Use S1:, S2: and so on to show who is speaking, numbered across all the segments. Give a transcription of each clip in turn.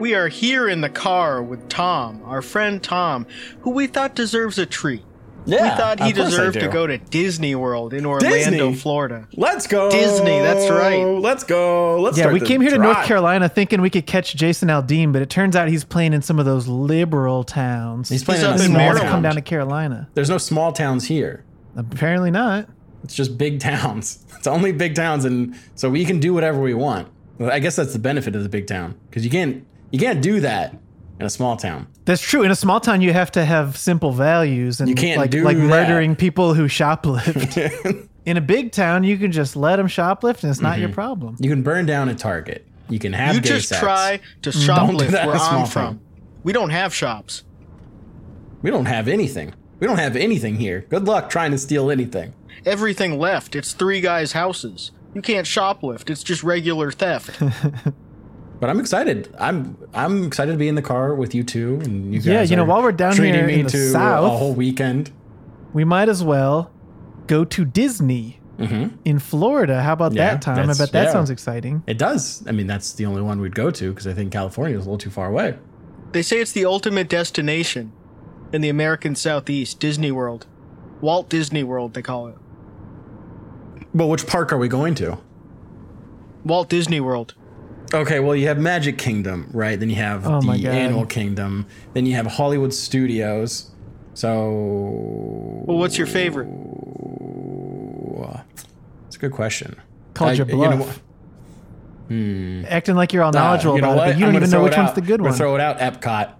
S1: We are here in the car with Tom, our friend Tom, who we thought deserves a treat.
S2: Yeah,
S1: we thought he
S2: of course I
S1: deserved
S2: do.
S1: to go to Disney World in Orlando,
S2: Disney?
S1: Florida.
S2: Let's go
S1: Disney, that's right.
S2: Let's go. Let's
S3: Yeah,
S2: start
S3: we
S2: the
S3: came here to
S2: drive.
S3: North Carolina thinking we could catch Jason Aldean, but it turns out he's playing in some of those liberal towns.
S2: He's playing
S1: He's
S2: in
S1: up
S2: a
S1: in
S3: He
S2: small
S3: wants to
S1: Maryland.
S2: town.
S3: come down to Carolina.
S2: There's no small towns here.
S3: Apparently not.
S2: It's just big towns. It's only big towns, and so we can do whatever we want. Well, I guess that's the benefit of the big town because you can't you can't do that in a small town.
S3: That's true. In a small town, you have to have simple values and
S2: You can't
S3: like,
S2: do
S3: like
S2: that.
S3: murdering people who shoplift. In a big town, you can just let them shoplift and it's not your
S2: Mm-hmm.
S3: problem.
S2: You can burn down a Target. You can have
S1: You
S2: gay
S1: just
S2: sex.
S1: try to
S2: Mm, Don't do
S1: shoplift
S2: that in
S1: where
S2: a small
S1: I'm
S2: town.
S1: from. We don't have shops.
S2: We don't have anything. We don't have anything here. Good luck trying to steal anything.
S1: Everything left. It's three guys' houses. You can't shoplift. It's just regular theft.
S2: But I'm excited. I'm I'm excited to be in the car with you two and you guys.
S3: Yeah, you know,
S2: are
S3: while we're down
S2: treating
S3: here
S2: me
S3: in the
S2: to
S3: South-
S2: a whole weekend.
S3: We might as well go to Disney in Florida. How about
S2: Yeah,
S3: that time? I
S2: that's-
S3: bet that
S2: yeah.
S3: sounds exciting.
S2: It does. I mean, that's the only one we'd go to because I think California is a little too far away.
S1: They say it's the ultimate destination in the American Southeast, Disney World. Walt Disney World, they call it.
S2: But which park are we going to?
S1: Walt Disney World.
S2: Okay, well, you have Magic Kingdom, right? Then you have
S3: Oh my
S2: the
S3: God.
S2: Animal Kingdom. Then you have Hollywood Studios. So
S1: Well, what's your favorite?
S2: it's a good question.
S3: Called
S2: I-
S3: your
S2: you know
S3: bluff.
S2: what? Mm.
S3: Acting like you're all
S2: Nah,
S3: knowledgeable
S2: you know
S3: about
S2: what?
S3: it, but you
S2: I'm
S3: don't
S2: gonna
S3: even know
S2: throw
S3: which
S2: it
S3: one's
S2: out.
S3: the good
S2: I'm gonna
S3: one.
S2: Throw it out, Epcot.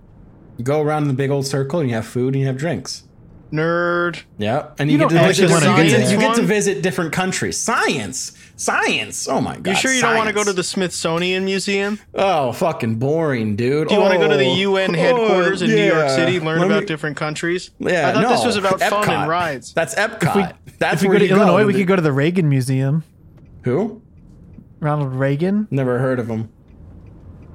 S2: You go around the big old circle and you have food and you have drinks.
S1: Nerd.
S2: Yeah, and
S3: You
S2: you,
S3: don't
S2: get, to
S3: actually
S2: visit,
S3: wanna
S2: you, get
S3: do
S2: to,
S3: that.
S2: you get to
S1: One?
S2: visit different countries. Science, science. Oh my god!
S1: You sure you don't want to go to
S2: science.
S1: the Smithsonian Museum?
S2: Oh, fucking boring, dude.
S1: Do you want to go to the
S2: Oh,
S1: UN
S2: oh,
S1: headquarters in New York
S2: yeah.
S1: City, learn
S2: Let
S1: about
S2: me-
S1: different countries?
S2: Yeah,
S1: I thought this
S2: no.
S1: was about fun
S2: Epcot.
S1: and rides.
S2: That's Epcot. That's
S3: if we
S2: where
S3: go to
S2: you
S3: Illinois, we
S2: The-
S3: could go to the Reagan Museum.
S2: Who?
S3: Ronald Reagan.
S2: Never heard of him.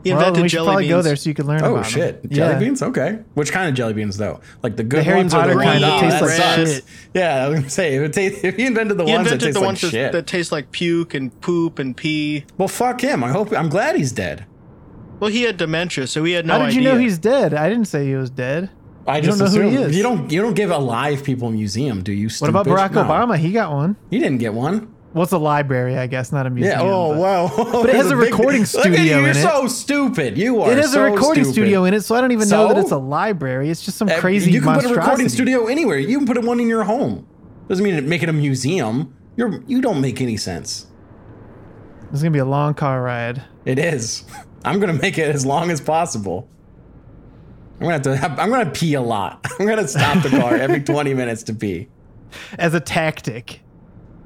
S1: He
S3: Well,
S1: invented
S3: then we should
S1: jelly
S3: probably
S1: beans.
S3: go there so you could learn
S2: Oh
S3: about 'em.
S2: shit! Jelly
S3: Yeah.
S2: beans. Okay. Which kind of jelly beans though? Like the good
S3: The Harry
S2: ones or
S3: Potter
S2: the ones
S3: kind that
S2: oh,
S3: taste
S2: that
S3: like
S2: sucks.
S3: shit.
S2: Yeah, I was gonna say if, it tastes, if he invented the
S1: He
S2: ones that
S1: invented
S2: taste
S1: the
S2: like
S1: ones that-
S2: shit.
S1: that taste like puke and poop and pee.
S2: well, fuck him. I hope. I'm glad he's dead.
S1: Well, he had dementia, so he had no
S3: How did you know
S1: idea.
S3: he's dead? I didn't say he was dead.
S2: I just
S3: don't know who
S2: assume
S3: he is.
S2: you don't. You don't give a live people a museum, do you?
S3: What about
S2: stupid?
S3: Barack
S2: No.
S3: Obama? He got one.
S2: He didn't get one.
S3: Well, it's a library, I guess, not a museum.
S2: Yeah. oh
S3: but-
S2: wow.
S3: it has
S2: There's
S3: a recording
S2: Look at you,
S3: studio
S2: You're
S3: in it.
S2: so stupid. You are.
S3: It has
S2: so
S3: a recording
S2: stupid.
S3: studio in it, so I don't even know that
S2: So?
S3: it's a library. It's just some
S2: Uh,
S3: crazy
S2: You can put a
S3: monstrosity.
S2: recording studio anywhere. You can put one in your home. Doesn't mean it make it a museum. You're you don't make any sense.
S3: It's gonna be a long car ride.
S2: It is. I'm gonna make it as long as possible. I'm gonna have to. Have, I'm gonna pee a lot. I'm gonna stop the car every 20 minutes to pee.
S3: as a tactic.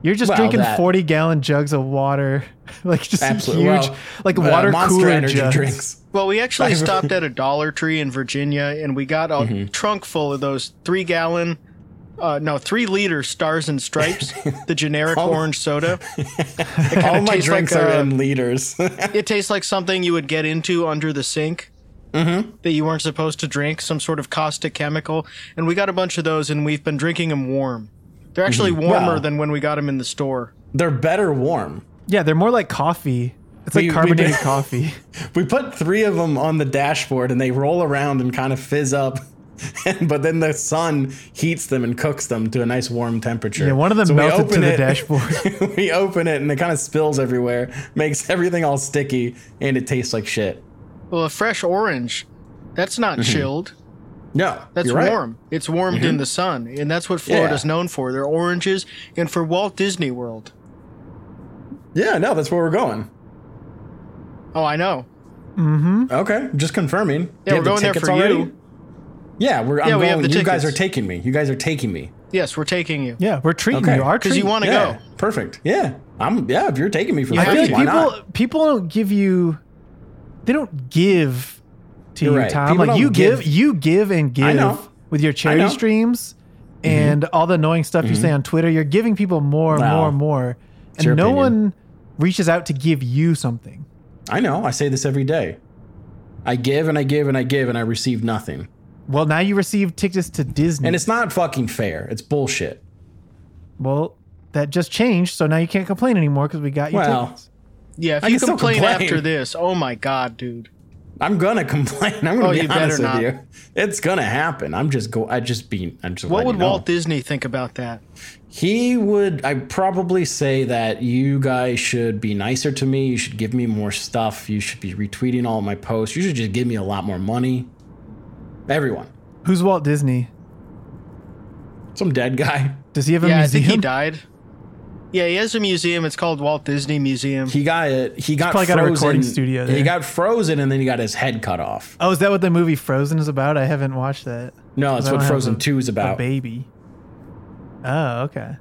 S3: You're just
S2: Well,
S3: drinking
S2: that-
S3: 40 gallon jugs of water, like just
S2: Absolutely.
S3: huge,
S2: Well,
S3: like
S2: uh,
S3: water
S2: Monster
S3: cooler
S2: energy
S3: jugs.
S2: drinks.
S1: Well, we actually stopped at a Dollar Tree in Virginia, and we got a
S2: Mm-hmm.
S1: trunk full of those three gallon, uh, no, three liter Stars and Stripes, the generic
S2: Oh.
S1: orange soda.
S2: All my
S1: tastes like,
S2: drinks are
S1: uh,
S2: in liters.
S1: It tastes like something you would get into under the sink
S2: Mm-hmm.
S1: that you weren't supposed to drink, some sort of caustic chemical. And we got a bunch of those, and we've been drinking them warm. They're actually warmer
S2: Mm-hmm. Wow.
S1: than when we got them in the store.
S2: They're better warm.
S3: Yeah, they're more like coffee. It's like
S2: We- we
S3: carbonated
S2: did-
S3: coffee.
S2: We put three of them on the dashboard and they roll around and kind of fizz up. but then the sun heats them and cooks them to a nice warm temperature.
S3: Yeah, one of them
S2: So we
S3: melted
S2: open
S3: to the
S2: it-
S3: dashboard.
S2: we open it and it kind of spills everywhere, makes everything all sticky, and it tastes like shit.
S1: Well, a fresh orange, that's not chilled.
S2: No,
S1: That's
S2: Mm-hmm. you're right. Mm-hmm.
S1: warm. It's warmed in the sun, and that's what Florida's
S2: Yeah.
S1: known for. They're oranges, and for Walt Disney World.
S2: Yeah, no, that's where we're going.
S1: Oh, I know.
S3: Hmm? Mm-hmm.
S2: Okay, just confirming.
S1: Yeah,
S2: Do
S1: we're
S2: you have the
S1: going there
S2: tickets
S1: for
S2: already?
S1: you.
S2: Yeah, we're. I'm
S1: Yeah, we have
S2: going.
S1: the
S2: you guys are
S1: tickets.
S2: taking me. You guys are taking me.
S1: Yes, we're taking you.
S3: yeah, we're treating
S2: Okay.
S3: you. Our
S1: 'Cause
S3: treat.
S1: you wanna
S2: yeah,
S1: go.
S2: Perfect. Yeah, I'm. Yeah, if you're taking me for free,
S3: I feel like
S2: why
S3: people
S2: not?
S3: people don't give you. They don't give to
S2: You're
S3: you,
S2: right.
S3: Tom.
S2: People
S3: like
S2: don't
S3: you give,
S2: give.
S3: you give and give
S2: know.
S3: with your
S2: know. Mm-hmm.
S3: charity streams and all the annoying stuff you say on Twitter. You're giving people more, and
S2: Wow.
S3: more, and more,
S2: your
S3: and no
S2: opinion.
S3: one reaches out to give you something.
S2: I know. I say this every day. I give and I give and I give and I receive nothing.
S3: Well, now you receive tickets to Disney.
S2: And it's not fucking fair. It's bullshit.
S3: well, that just changed, so now you can't complain anymore because we got you
S2: Well,
S3: tickets.
S1: Yeah, if
S2: I
S1: you
S2: can still
S1: complain,
S2: complain.
S1: after this, oh my god, dude.
S2: I'm gonna complain. I'm gonna
S1: Oh,
S2: be
S1: you better
S2: honest with
S1: not.
S2: you. It's gonna happen. I'm just go. I just be. I'm just.
S1: What
S2: letting
S1: would
S2: you know.
S1: Walt Disney think about that?
S2: He would. I probably say that you guys should be nicer to me. You should give me more stuff. You should be retweeting all my posts. You should just give me a lot more money. Everyone.
S3: Who's Walt Disney?
S2: Some dead guy.
S3: Does he have a
S1: Yeah, I
S3: museum?
S1: think he died. Yeah, he has a museum. It's called Walt Disney Museum.
S2: He got it. He got
S3: probably got a
S2: frozen.
S3: recording studio
S2: He
S3: there.
S2: got frozen, and then he got his head cut off.
S3: Oh, is that what the movie Frozen is about? I haven't watched that.
S2: No, that's
S3: I
S2: what
S3: don't have
S2: Frozen
S3: a-
S2: Two is
S3: A
S2: about.
S3: baby. Oh, okay.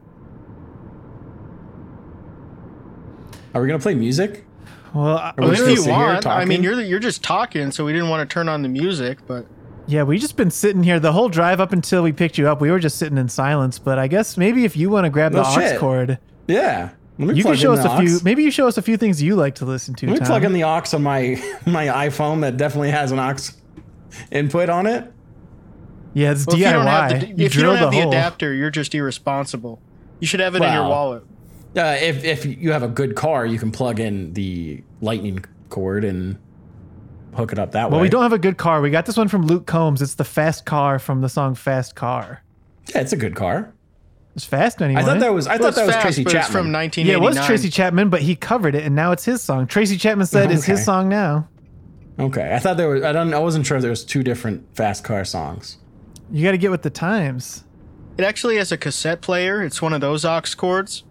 S2: Are we gonna play music?
S3: Well, I-
S2: Are we
S1: if
S2: supposed
S1: you
S2: to hear
S1: want, I mean,
S2: talking?
S1: you're you're just talking, so we didn't want to turn on the music, but
S3: yeah, we just been sitting here the whole drive up until we picked you up. We were just sitting in silence, but I guess maybe if you want to grab
S2: No
S3: the aux
S2: shit.
S3: cord,
S2: Yeah. Let me
S3: you can
S2: plug
S3: show
S2: in
S3: us
S2: the
S3: a few.
S2: aux.
S3: Maybe you show us a few things you like to listen to.
S2: Let me
S3: Tom.
S2: plug in the aux on my my iPhone that definitely has an aux input on it.
S3: yeah, it's
S1: well, if you don't
S3: DIY.
S1: have the, if you
S3: drill
S1: don't have the
S3: hole.
S1: adapter, you're just irresponsible. You should have it in your
S2: Well,
S1: wallet.
S2: Uh, if if you have a good car, you can plug in the lightning cord and hook it up that
S3: Well,
S2: way.
S3: we don't have a good car. We got this one from Luke Combs. It's the fast car from the song Fast Car.
S2: Yeah, it's a good car.
S3: It's fast anyway.
S2: I thought that was I
S1: Well,
S2: thought that was
S1: fast,
S2: Tracy
S1: but it's
S2: Chapman.
S1: from 1989.
S3: Yeah, it was Tracy Chapman, but he covered it, and now it's his song. Tracy Chapman said it's his
S2: Okay.
S3: song now.
S2: okay, I thought there was I don't I wasn't sure if there was two different fast car songs.
S3: You got to get with the times.
S1: It actually has a cassette player. It's one of those aux cords.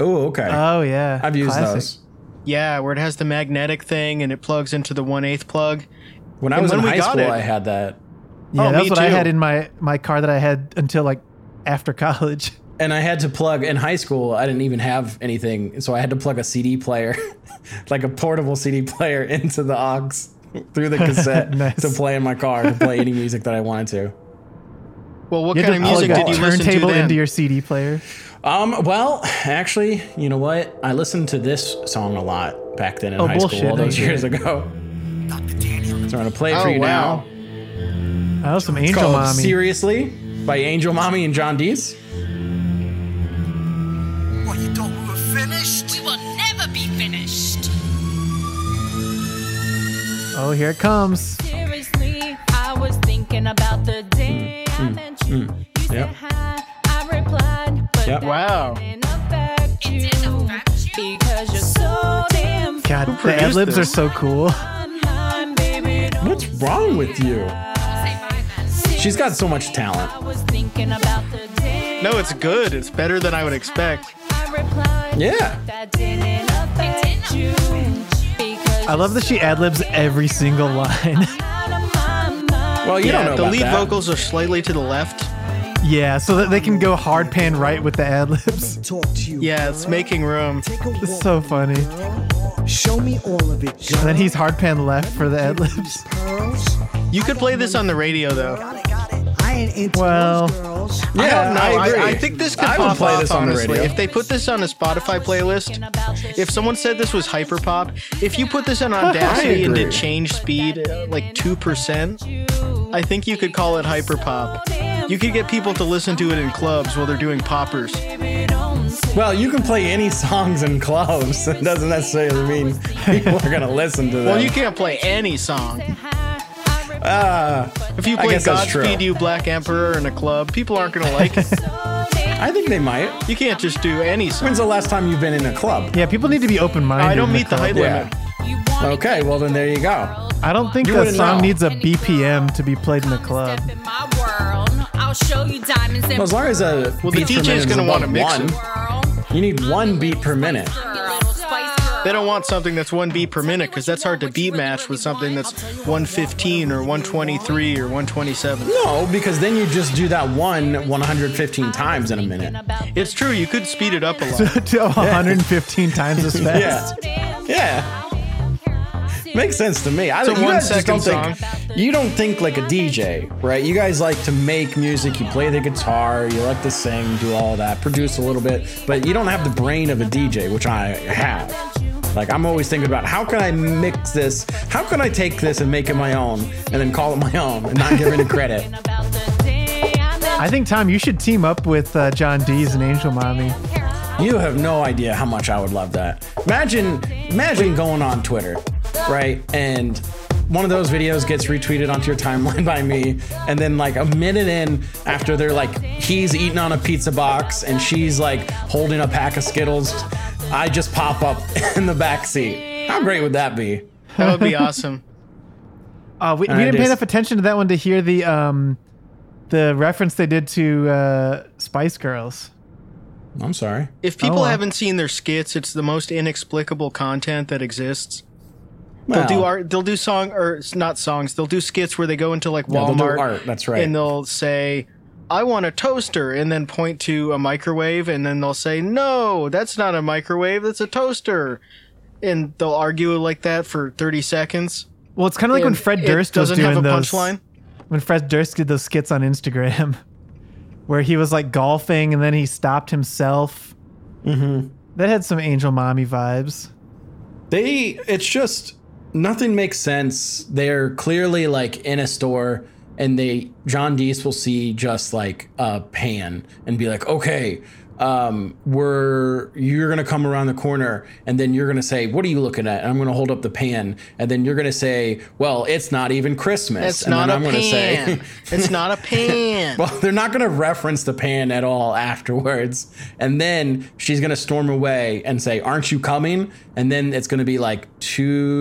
S2: Oh, okay.
S3: Oh yeah,
S2: I've used
S3: Classic.
S2: those.
S1: Yeah, where it has the magnetic thing and it plugs into the one eighth plug.
S2: When I
S1: And
S2: was
S1: when
S2: in
S1: we
S2: high
S1: got
S2: school,
S1: it-
S2: I had that,
S3: Yeah,
S1: Oh,
S3: that's
S1: me
S3: what I
S1: too.
S3: had in my my car that I had until like after college.
S2: and I had to plug in high school. I didn't even have anything, so I had to plug a CD player, like a portable CD player, into the aux through the cassette
S3: Nice.
S2: to play in my car to play any music that I wanted to.
S1: Well, what
S3: You had
S1: kind of
S3: to plug
S1: music
S3: a
S1: did you listen to
S3: turntable
S1: then?
S3: into your CD player.
S2: Um, well, actually, you know what? I listened to this song a lot back then in
S3: Oh,
S2: high
S3: bullshit,
S2: school, all
S3: no,
S2: those
S3: you
S2: years ago. So I'm gonna play it for
S1: Oh,
S2: you
S1: wow.
S2: now.
S3: Oh, some Angel
S2: Called
S3: Mommy.
S2: Seriously by Angel Mommy and John Dees.
S4: What, you thought we were finished?
S5: We will never be finished.
S3: oh, here it comes.
S5: Seriously, I was thinking about the day I met you. You said
S2: Yep.
S5: hi, I replied, but
S2: Yep.
S5: that
S1: Wow.
S5: didn't affect you,
S4: didn't affect you?
S5: because you're so damn
S3: God, the
S1: produced
S3: ad libs
S1: this?
S3: are so cool.
S5: fine, baby. Don't
S2: What's wrong with you?
S4: Say bye then.
S2: She's got so much talent.
S5: I was thinking about the day
S1: No, it's good. It's better than I would expect.
S5: I replied,
S2: Yeah.
S5: that didn't affect you. Because
S3: I love that she ad libs every single line.
S2: Well, you
S1: yeah,
S2: don't know
S1: the
S2: about
S1: lead
S2: that.
S1: vocals are slightly to the left.
S3: yeah, so that they can go hard pan right with the ad libs.
S6: talk to you.
S1: Yeah, it's making room.
S6: Take a
S3: It's
S6: walk.
S3: so funny.
S6: Show me all of it.
S3: And then he's hard pan left for the ad libs.
S6: Pearls.
S1: You could play this on the radio though.
S6: I ain't into
S3: Well-
S6: those girls.
S2: Yeah,
S1: I don't know. I,
S2: agree.
S1: I think this could
S2: I would
S1: pop
S2: play
S1: off,
S2: this on the
S1: honestly.
S2: radio.
S1: If they put this on a Spotify playlist, if someone said this was hyperpop, if you put this on Audacity and did
S2: agree.
S1: change speed uh, like two percent, I think you could call it hyperpop. You could get people to listen to it in clubs while they're doing poppers.
S2: Well, you can play any songs in clubs. It doesn't necessarily mean people are gonna listen to them.
S1: Well, you can't play any song.
S2: Uh,
S1: If you
S2: I
S1: play
S2: guess that's true.
S1: Godspeed You Black Emperor in a club, people aren't going to like it.
S2: I think they might.
S1: You can't just do any song.
S2: When's the last time you've been in a club?
S3: Yeah, people need to be open minded.
S1: I don't meet the height
S2: Yeah.
S1: limit.
S2: Okay, well then there you go.
S3: I don't think
S2: You
S3: that
S2: wouldn't
S3: song
S2: know.
S3: needs a BPM to be played in the
S5: Come and
S3: club.
S5: step in my world. I'll show you diamonds and
S2: Well, as long as uh, a
S1: Well, the
S2: beat
S1: DJ
S2: per
S1: is
S2: minute is
S1: gonna
S2: above
S1: wanna mix
S2: one,
S1: it.
S5: world.
S2: you need one beat per minute.
S5: I'm your little spice girl.
S1: They don't want something that's one beat per minute because that's hard to beat match with something that's 115 or 123 or 127.
S2: No, because then you just do that one 115 times in a minute.
S1: It's true, you could speed it up a lot.
S3: to 115 times as fast.
S2: Yeah, yeah, makes sense to me. I
S1: It's a
S2: don't. You guys just don't
S1: one-second
S2: think. You don't think like a DJ, right? You guys like to make music. You play the guitar. You like to sing, do all that, produce a little bit, but you don't have the brain of a DJ, which I have. Like I'm always thinking about how can I mix this? How can I take this and make it my own, and then call it my own, and not give any credit?
S3: I think, Tom, you should team up with uh, John Dees and Angel Mommy.
S2: You have no idea how much I would love that. Imagine, imagine going on Twitter, right, and one of those videos gets retweeted onto your timeline by me, and then like a minute in, after they're like, he's eating on a pizza box and she's like holding a pack of Skittles, I just pop up in the back seat. How great would that be?
S1: That would be awesome.
S3: Uh, we, we
S2: I
S3: didn't pay
S2: just-
S3: enough attention to that one to hear the um, the reference they did to uh, Spice Girls.
S2: I'm sorry.
S1: If people
S3: Oh, wow.
S1: haven't seen their skits, it's the most inexplicable content that exists. They'll
S2: Well,
S1: do art. They'll do song or s- not songs. They'll do skits where they go into like
S2: No, they'll
S1: Walmart.
S2: do art, that's right.
S1: And they'll say, "I want a toaster," and then point to a microwave, and then they'll say, "No, that's not a microwave. That's a toaster." And they'll argue like that for thirty seconds.
S3: Well, it's kind of like when
S1: And
S3: Fred
S1: it
S3: Durst was
S1: doesn't
S3: doing
S1: have a
S3: those.
S1: punchline.
S3: When Fred Durst did those skits on Instagram, where he was like golfing and then he stopped himself. Mm-hmm. That had some Angel Mommy vibes.
S2: They, it's just nothing makes sense. They're clearly like in a store, and they John Deese will see just like a pan and be like, okay, um, we're you're gonna come around the corner, and then you're gonna say, what are you looking at? And I'm gonna hold up the pan, and then you're gonna say, well, it's not even Christmas.
S1: It's
S2: and
S1: not
S2: then
S1: a
S2: I'm gonna
S1: pan.
S2: say.
S1: it's not a pan.
S2: Well, they're not going to reference the pan at all afterwards. And then she's going to storm away and say, Aren't you coming? And then it's going to be like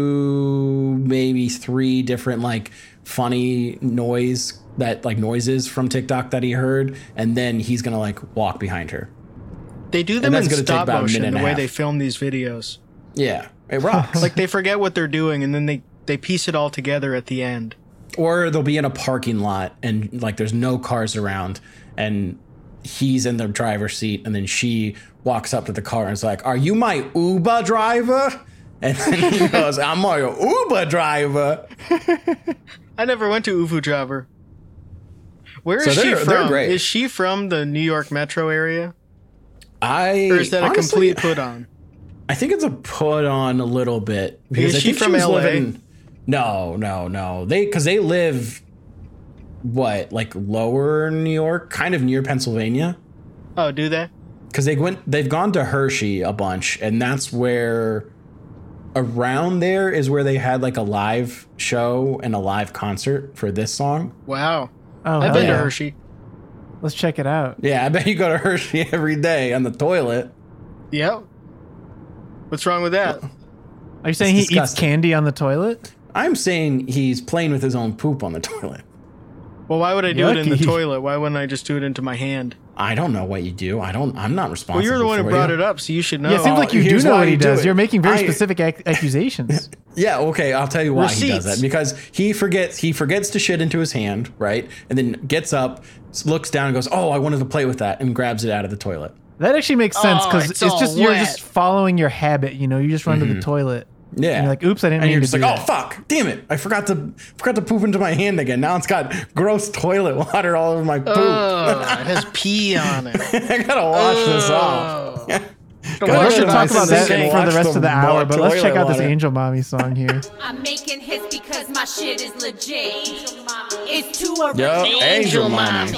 S2: two, maybe three different, like funny noise that, like noises from TikTok that he heard. And then he's going to like walk behind her.
S1: They do them
S2: that's
S1: in
S2: gonna take
S1: stop
S2: about a minute
S1: motion.
S2: and
S1: The
S2: a
S1: way
S2: half.
S1: they film these videos,
S2: Yeah. It rocks.
S1: like they forget what they're doing, and then they they piece it all together at the end.
S2: or they'll be in a parking lot and like there's no cars around and he's in the driver's seat and then she walks up to the car and is like are you my uber driver and then he goes i'm my uber driver
S1: I never went to Ufu Jabber. Where is
S2: So
S1: she
S2: they're-
S1: from?
S2: they're great.
S1: Is she from the New York metro area?
S2: i
S1: Or is that
S2: honestly,
S1: a complete put on?
S2: i think it's a put on a little bit because
S1: Is
S2: I
S1: she
S2: think
S1: from
S2: was
S1: LA?
S2: living- no no no they because they live what like lower new york kind of near pennsylvania
S1: Oh, do that?
S2: because they went they've gone to Hershey a bunch, and that's where around there is where they had like a live show and a live concert for this song.
S1: Wow.
S3: Oh,
S1: I've
S3: hell
S1: been to
S3: yeah.
S1: Hershey.
S3: Let's check it out.
S2: Yeah, I bet you go to Hershey every day on the toilet.
S1: Yep. What's wrong with that?
S3: Are you saying he eats
S2: disgusting.
S3: candy on the toilet?
S2: I'm saying he's playing with his own poop on the toilet.
S1: Well, why would I do it in the
S3: Yucky.
S1: toilet? Why wouldn't I just do it into my hand?
S2: I don't know what you do. I don't. I'm not responsible.
S1: Well, you're the one who
S2: for
S1: brought
S2: you.
S1: it up, so you should know.
S3: Yeah, it seems like you do
S2: here's
S3: know
S2: why
S3: what he
S2: you do
S3: does.
S2: it.
S3: You're making very
S2: I-
S3: specific ac- accusations.
S2: Yeah, okay, I'll tell you why he does
S1: Receipts.
S2: that. Because he forgets he forgets to shit into his hand, right? And then gets up, s- looks down and goes, "Oh, I wanted to play with that." and grabs it out of the toilet.
S3: That actually makes sense
S1: Oh,
S3: because
S1: it's
S3: it's,
S1: all
S3: just you're
S1: wet.
S3: just following your habit. You know, you just run to the toilet.
S2: Mm-hmm. Yeah.
S3: And you're like, oops, I didn't
S2: And
S3: mean
S2: you're
S3: to
S2: just
S3: do
S2: like,
S3: that.
S2: "Oh, fuck. Damn it. I forgot to forgot to poop into my hand again. Now it's got gross toilet water all over my poop.
S1: Ugh, it Uh, has pee on it.
S2: I got to wash this off."
S1: Why
S3: We
S1: should
S3: should
S1: I
S3: talk about that
S1: sing
S3: for the rest of the hour, but let's check out this
S2: angel.
S3: Angel Mommy song here.
S5: I'm making hits because my shit is legit. It's too original.
S2: Yo, angel mommy.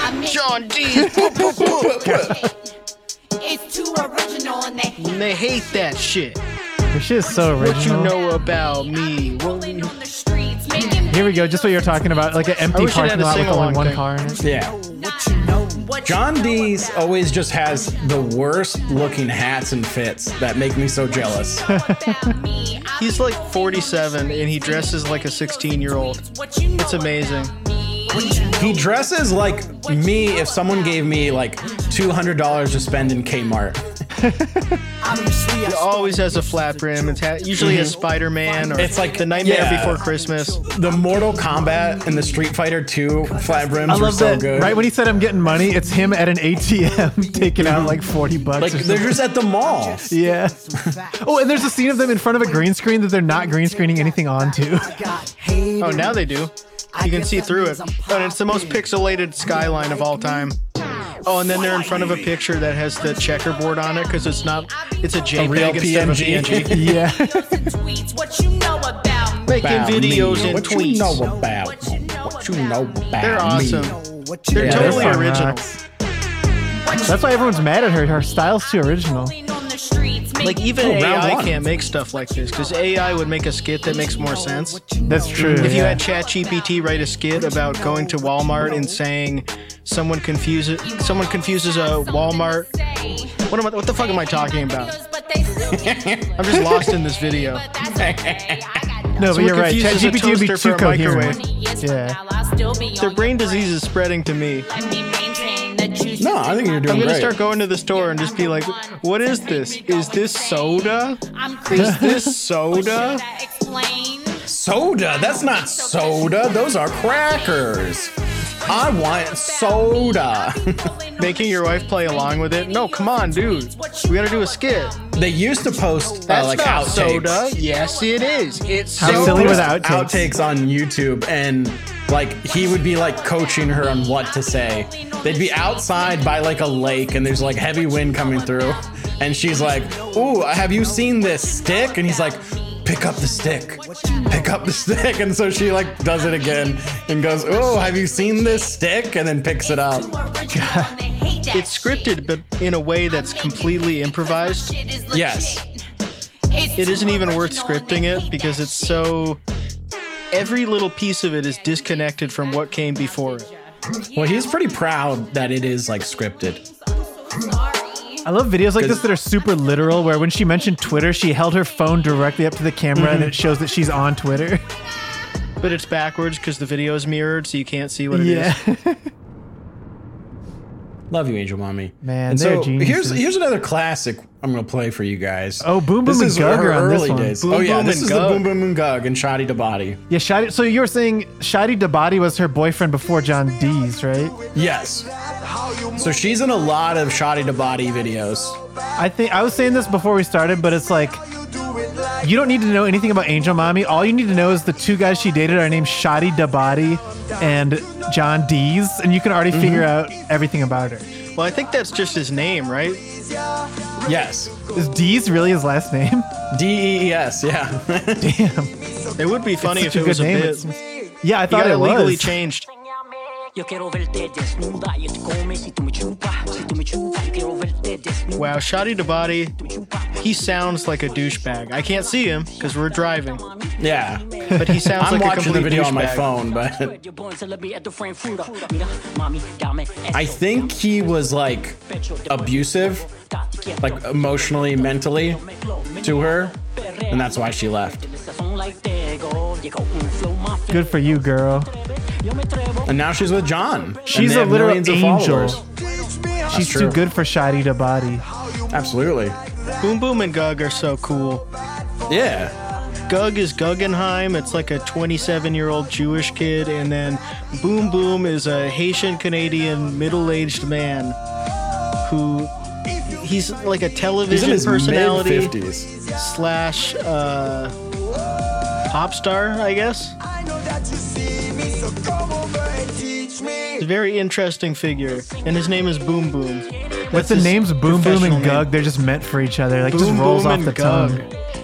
S5: I'm making
S1: John D.
S5: it's too original and they
S1: they hate that shit.
S3: This shit is so
S1: What you
S3: original.
S1: know about me? What
S5: rolling on the streets, making
S3: Here we go, just what you're talking about, like an
S1: I
S3: empty
S1: wish it had
S3: parking
S1: a
S3: lot
S1: sing-along
S3: with only one
S1: thing.
S3: car in it.
S2: Yeah.
S5: what you know. What
S2: John Dee's always just has the worst looking hats and fits that make me so jealous.
S1: He's like 47 and he dresses like a 16 year old. It's amazing.
S2: He dresses like me if someone gave me like $200 to spend in Kmart.
S6: Obviously,
S1: It
S6: I
S1: always has a flat rim. It's ha- usually has Spider Man or
S2: It's like-
S1: the Nightmare
S2: yeah.
S1: Before Christmas.
S2: The Mortal Kombat and the Street Fighter 2 flat rims
S3: I
S2: were
S3: love
S2: so
S3: that.
S2: good.
S3: Right when he said, I'm getting money, it's him at an ATM taking out like 40 bucks.
S2: like
S3: or
S2: they're
S3: something.
S2: just at the mall.
S3: Yeah.
S6: stole-
S3: Oh, and there's a scene of them in front of a green screen that they're not green screening anything onto.
S6: I got hate.
S1: Oh, now they do. You can see through it. Oh, And it's the most pixelated skyline of all time. Oh, and then they're in front of a picture that has the checkerboard on it because it's not, it's a JPEG
S2: real
S1: instead of a
S2: PNG.
S1: PNG.
S3: Yeah.
S5: tweets, what you know about me.
S1: Making
S2: About me.
S1: videos and
S2: what
S1: tweets.
S2: You know about, what you know about
S1: They're awesome.
S2: Me.
S6: What you
S1: They're
S6: know.
S1: totally
S3: they're fun
S1: original.
S3: rocks. That's why everyone's mad at her. Her style's too original.
S5: Rolling on the streets,
S1: Like even
S2: Oh, round
S1: AI
S2: one.
S1: can't make stuff like this because AI would make a skit that makes more sense.
S3: That's true.
S1: If you
S3: yeah.
S1: had ChatGPT write a skit about going to Walmart and saying someone confuses someone confuses a Walmart. What am I? What the fuck am I talking about? I'm just lost in this video.
S3: no, but
S1: someone
S3: you're right.
S1: confuses a
S3: ChatGPT would be
S1: toaster
S3: too
S1: for a microwave.
S3: coherent. Yeah.
S1: Their brain disease is spreading to me.
S2: No, I think you're doing
S1: I'm gonna
S2: great.
S1: start going to the store and just be like, "What is this? Is this soda? Is this soda?"
S2: soda. That's not soda. Those are crackers. I want soda.
S1: Making your wife play along with it. No, come on, dude. We gotta do a skit.
S2: they used to post uh,
S1: That's
S2: like
S1: not
S2: outtakes.
S1: soda. Yes, it is. It's
S3: How
S1: soda.
S3: silly was
S2: Post
S3: outtakes.
S2: outtakes on YouTube, and like he would be like coaching her on what to say. They'd be outside by like a lake, and there's like heavy wind coming through, and she's like, "Ooh, have you seen this stick?" And he's like. Pick up the stick. Pick up the stick. And so she like does it again and goes, "Oh, have you seen this stick?" And then picks it up.
S1: It's scripted, but in a way that's completely improvised.
S2: Yes.
S5: It
S1: It isn't even worth scripting it because it's so. Every little piece of it is disconnected from what came before it.
S2: Well, he's pretty proud that it is like scripted.
S3: I love videos like this
S2: Good.
S3: that are super literal, where when she mentioned Twitter, she held her phone directly up to the camera
S1: Mm-hmm.
S3: and it shows that she's on Twitter.
S1: But it's backwards because the video is mirrored, so you can't see what it is.
S3: yeah.
S2: Love you, Angel Mommy.
S3: Man,
S2: and
S3: they're
S2: so here's
S3: geniuses.
S2: here's another classic I'm gonna play for you guys.
S3: Oh, Boom
S2: this
S3: Boom and
S2: is
S3: Gug
S2: her
S3: are on this
S2: early
S3: one.
S2: days.
S1: Boom
S2: oh yeah,
S1: Boom
S2: this
S1: and
S2: is
S1: Gug.
S2: the Boom Boom and Gug and Shoddy to Body.
S3: yeah, Shadi. So you were saying Shadi Dabadi was her boyfriend before John Dee's, right?
S2: Yes. So she's in a lot of Shoddy to Body videos.
S3: I think I was saying this before we started, but it's like you don't need to know anything about Angel Mommy. All you need to know is the two guys she dated are named Shadi Dabadi and John Dees, and you can already
S1: Mm-hmm.
S3: figure out everything about her.
S1: Well, I think that's just his name, right?
S2: Yes.
S3: Is Dees really his last name?
S2: D E E S. Yeah.
S3: Damn.
S1: It would be funny
S3: Such
S1: if it was a
S3: name.
S1: bit.
S3: It's-
S1: You
S3: Yeah, I thought
S1: got
S3: it
S1: it legally
S3: was.
S1: changed.
S7: Yo quiero verte desnuda y es come si tú me chupas, si tú me chupas. Yo quiero verte desnuda,
S1: Wow, Shoddy Dabadi,
S7: me chupas.
S1: he sounds like a douchebag. I can't see him because we're driving,
S2: yeah.
S1: but he sounds like
S2: I'm
S1: a
S2: watching
S1: complete
S2: the video on my
S1: douchebag.
S2: phone, but
S7: Your boy se le vi at the frame fruta. Mira, mami, dame eso.
S2: I think he was like abusive,
S7: Date quieto.
S2: like emotionally, mentally to her,
S7: Perrea.
S2: and that's why she left.
S7: El sazón like tego. Llegó un flow más
S3: Good for you, girl.
S7: frío. Yo me atrevo.
S2: And now she's with John. and
S3: She's
S2: they
S3: a
S2: have
S3: literal
S2: millions of
S3: angel.
S2: followers.
S3: She's
S2: true.
S3: too good for Shadi Dabadi.
S2: Absolutely.
S1: Boom Boom and Gug are so cool.
S2: Yeah.
S1: Gug is Guggenheim. It's like a 27 year old Jewish kid. And then Boom Boom is a Haitian Canadian middle aged man who he's like a
S2: He's in
S1: television
S2: his
S1: personality
S2: mid-50s.
S1: slash uh, pop star, I guess. He's a very interesting figure. And his name is Boom Boom. That's
S3: What's the
S1: his
S3: names Boom Boom
S1: professional
S3: and
S1: name.
S3: Gug? They're just meant for each other. Like just rolls off the tongue.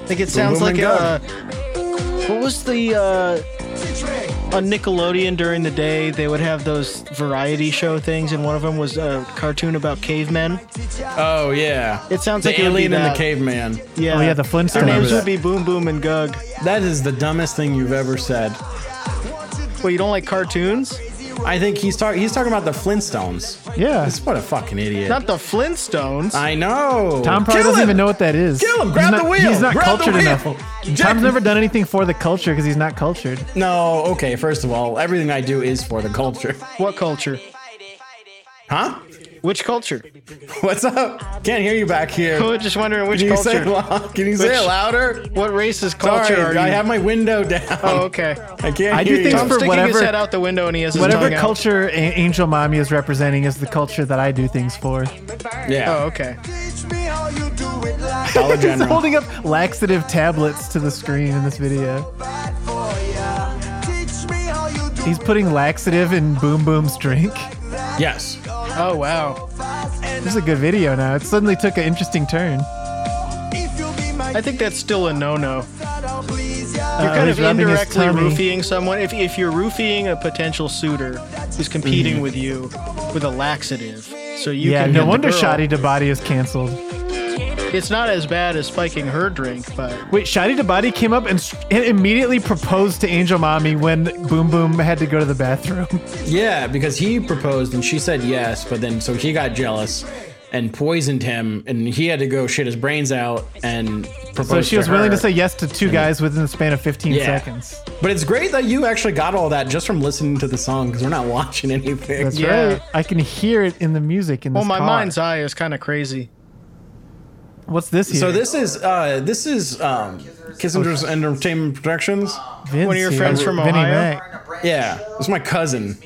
S1: Like it sounds
S2: Boom
S1: like
S2: and
S1: uh, what was the uh, on Nickelodeon during the day they would have those variety show things, and one of them was a cartoon about cavemen.
S2: Oh yeah.
S1: It sounds
S2: the
S1: like it would be
S2: alien and the
S1: that.
S2: caveman.
S1: Yeah,
S3: Oh, yeah, the Flintstones.
S1: Their names
S2: Remember
S1: would be Boom Boom and Gug.
S2: That is the dumbest thing you've ever said.
S1: Well, you don't like cartoons?
S2: I think he's talking. He's talking about the Flintstones.
S3: Yeah.
S2: That's what a fucking idiot.
S1: Not the Flintstones.
S2: I know.
S3: Tom probably
S2: Kill
S3: doesn't
S2: him!
S3: even know what that is.
S2: Kill him!
S3: He's
S2: Grab
S3: not-
S2: the wheel!
S3: He's not
S2: Grab the
S3: cultured
S2: wheel!
S3: enough.
S2: Jack-
S3: Tom's never done anything for the culture because he's not cultured.
S2: No. Okay. First of all, everything I do is for the culture.
S1: what culture?
S2: Huh?
S1: Which culture?
S2: What's up? Can't hear you back here.
S1: I was just wondering which
S2: Can you say
S1: culture.
S2: it loud? Can you say it
S1: Which-
S2: louder?
S1: What racist culture
S2: Sorry,
S1: are you?
S2: I have my window down.
S1: oh, okay.
S2: I can't
S3: I do
S2: hear you.
S3: things
S1: Tom's
S3: for
S1: sticking his
S3: whatever-
S1: head out the window and he has his
S3: Whatever
S1: tongue out.
S3: culture A- Angel Mommy is representing is the culture that I do things for.
S2: Yeah.
S1: Oh, okay.
S2: Dollar
S3: He's
S2: General.
S3: holding up laxative tablets to the screen in this video. He's putting laxative in Boom Boom's drink.
S2: yes.
S1: Oh wow.
S3: This is a good video now. It suddenly took an interesting turn.
S1: I think that's still a no-no. You're
S3: Uh,
S1: kind
S3: he's
S1: of
S3: rubbing his
S1: indirectly
S3: tummy.
S1: roofying someone. If, if you're roofying a potential suitor who's competing with you with a laxative, so you
S3: Mm-hmm. yeah,
S1: can
S3: no
S1: get
S3: wonder
S1: the girl.
S3: Shadi Dabadi is canceled.
S1: It's not as bad as spiking her drink, but
S3: Wait, Shadi Dabadi came up and, s- and immediately proposed to Angel Mommy when Boom Boom had to go to the bathroom.
S2: Yeah, because he proposed and she said yes, but then so he got jealous and poisoned him, and he had to go shit his brains out and propose.
S3: So she was
S2: her.
S3: willing to say yes to two guys within the span of 15
S2: Yeah.
S3: seconds.
S2: But it's great that you actually got all that just from listening to the song because we're not watching anything.
S3: That's
S1: Yeah.
S3: right. I can hear it in the music in this
S1: well, my
S3: car.
S1: mind's eye is kind of crazy.
S3: What's this here?
S2: So this is uh, this is um, Kissinger's Entertainment Productions.
S3: Vince
S1: one of your
S3: here.
S1: friends from
S3: Vinnie
S1: Ohio?
S3: Mac.
S2: Yeah, it's my cousin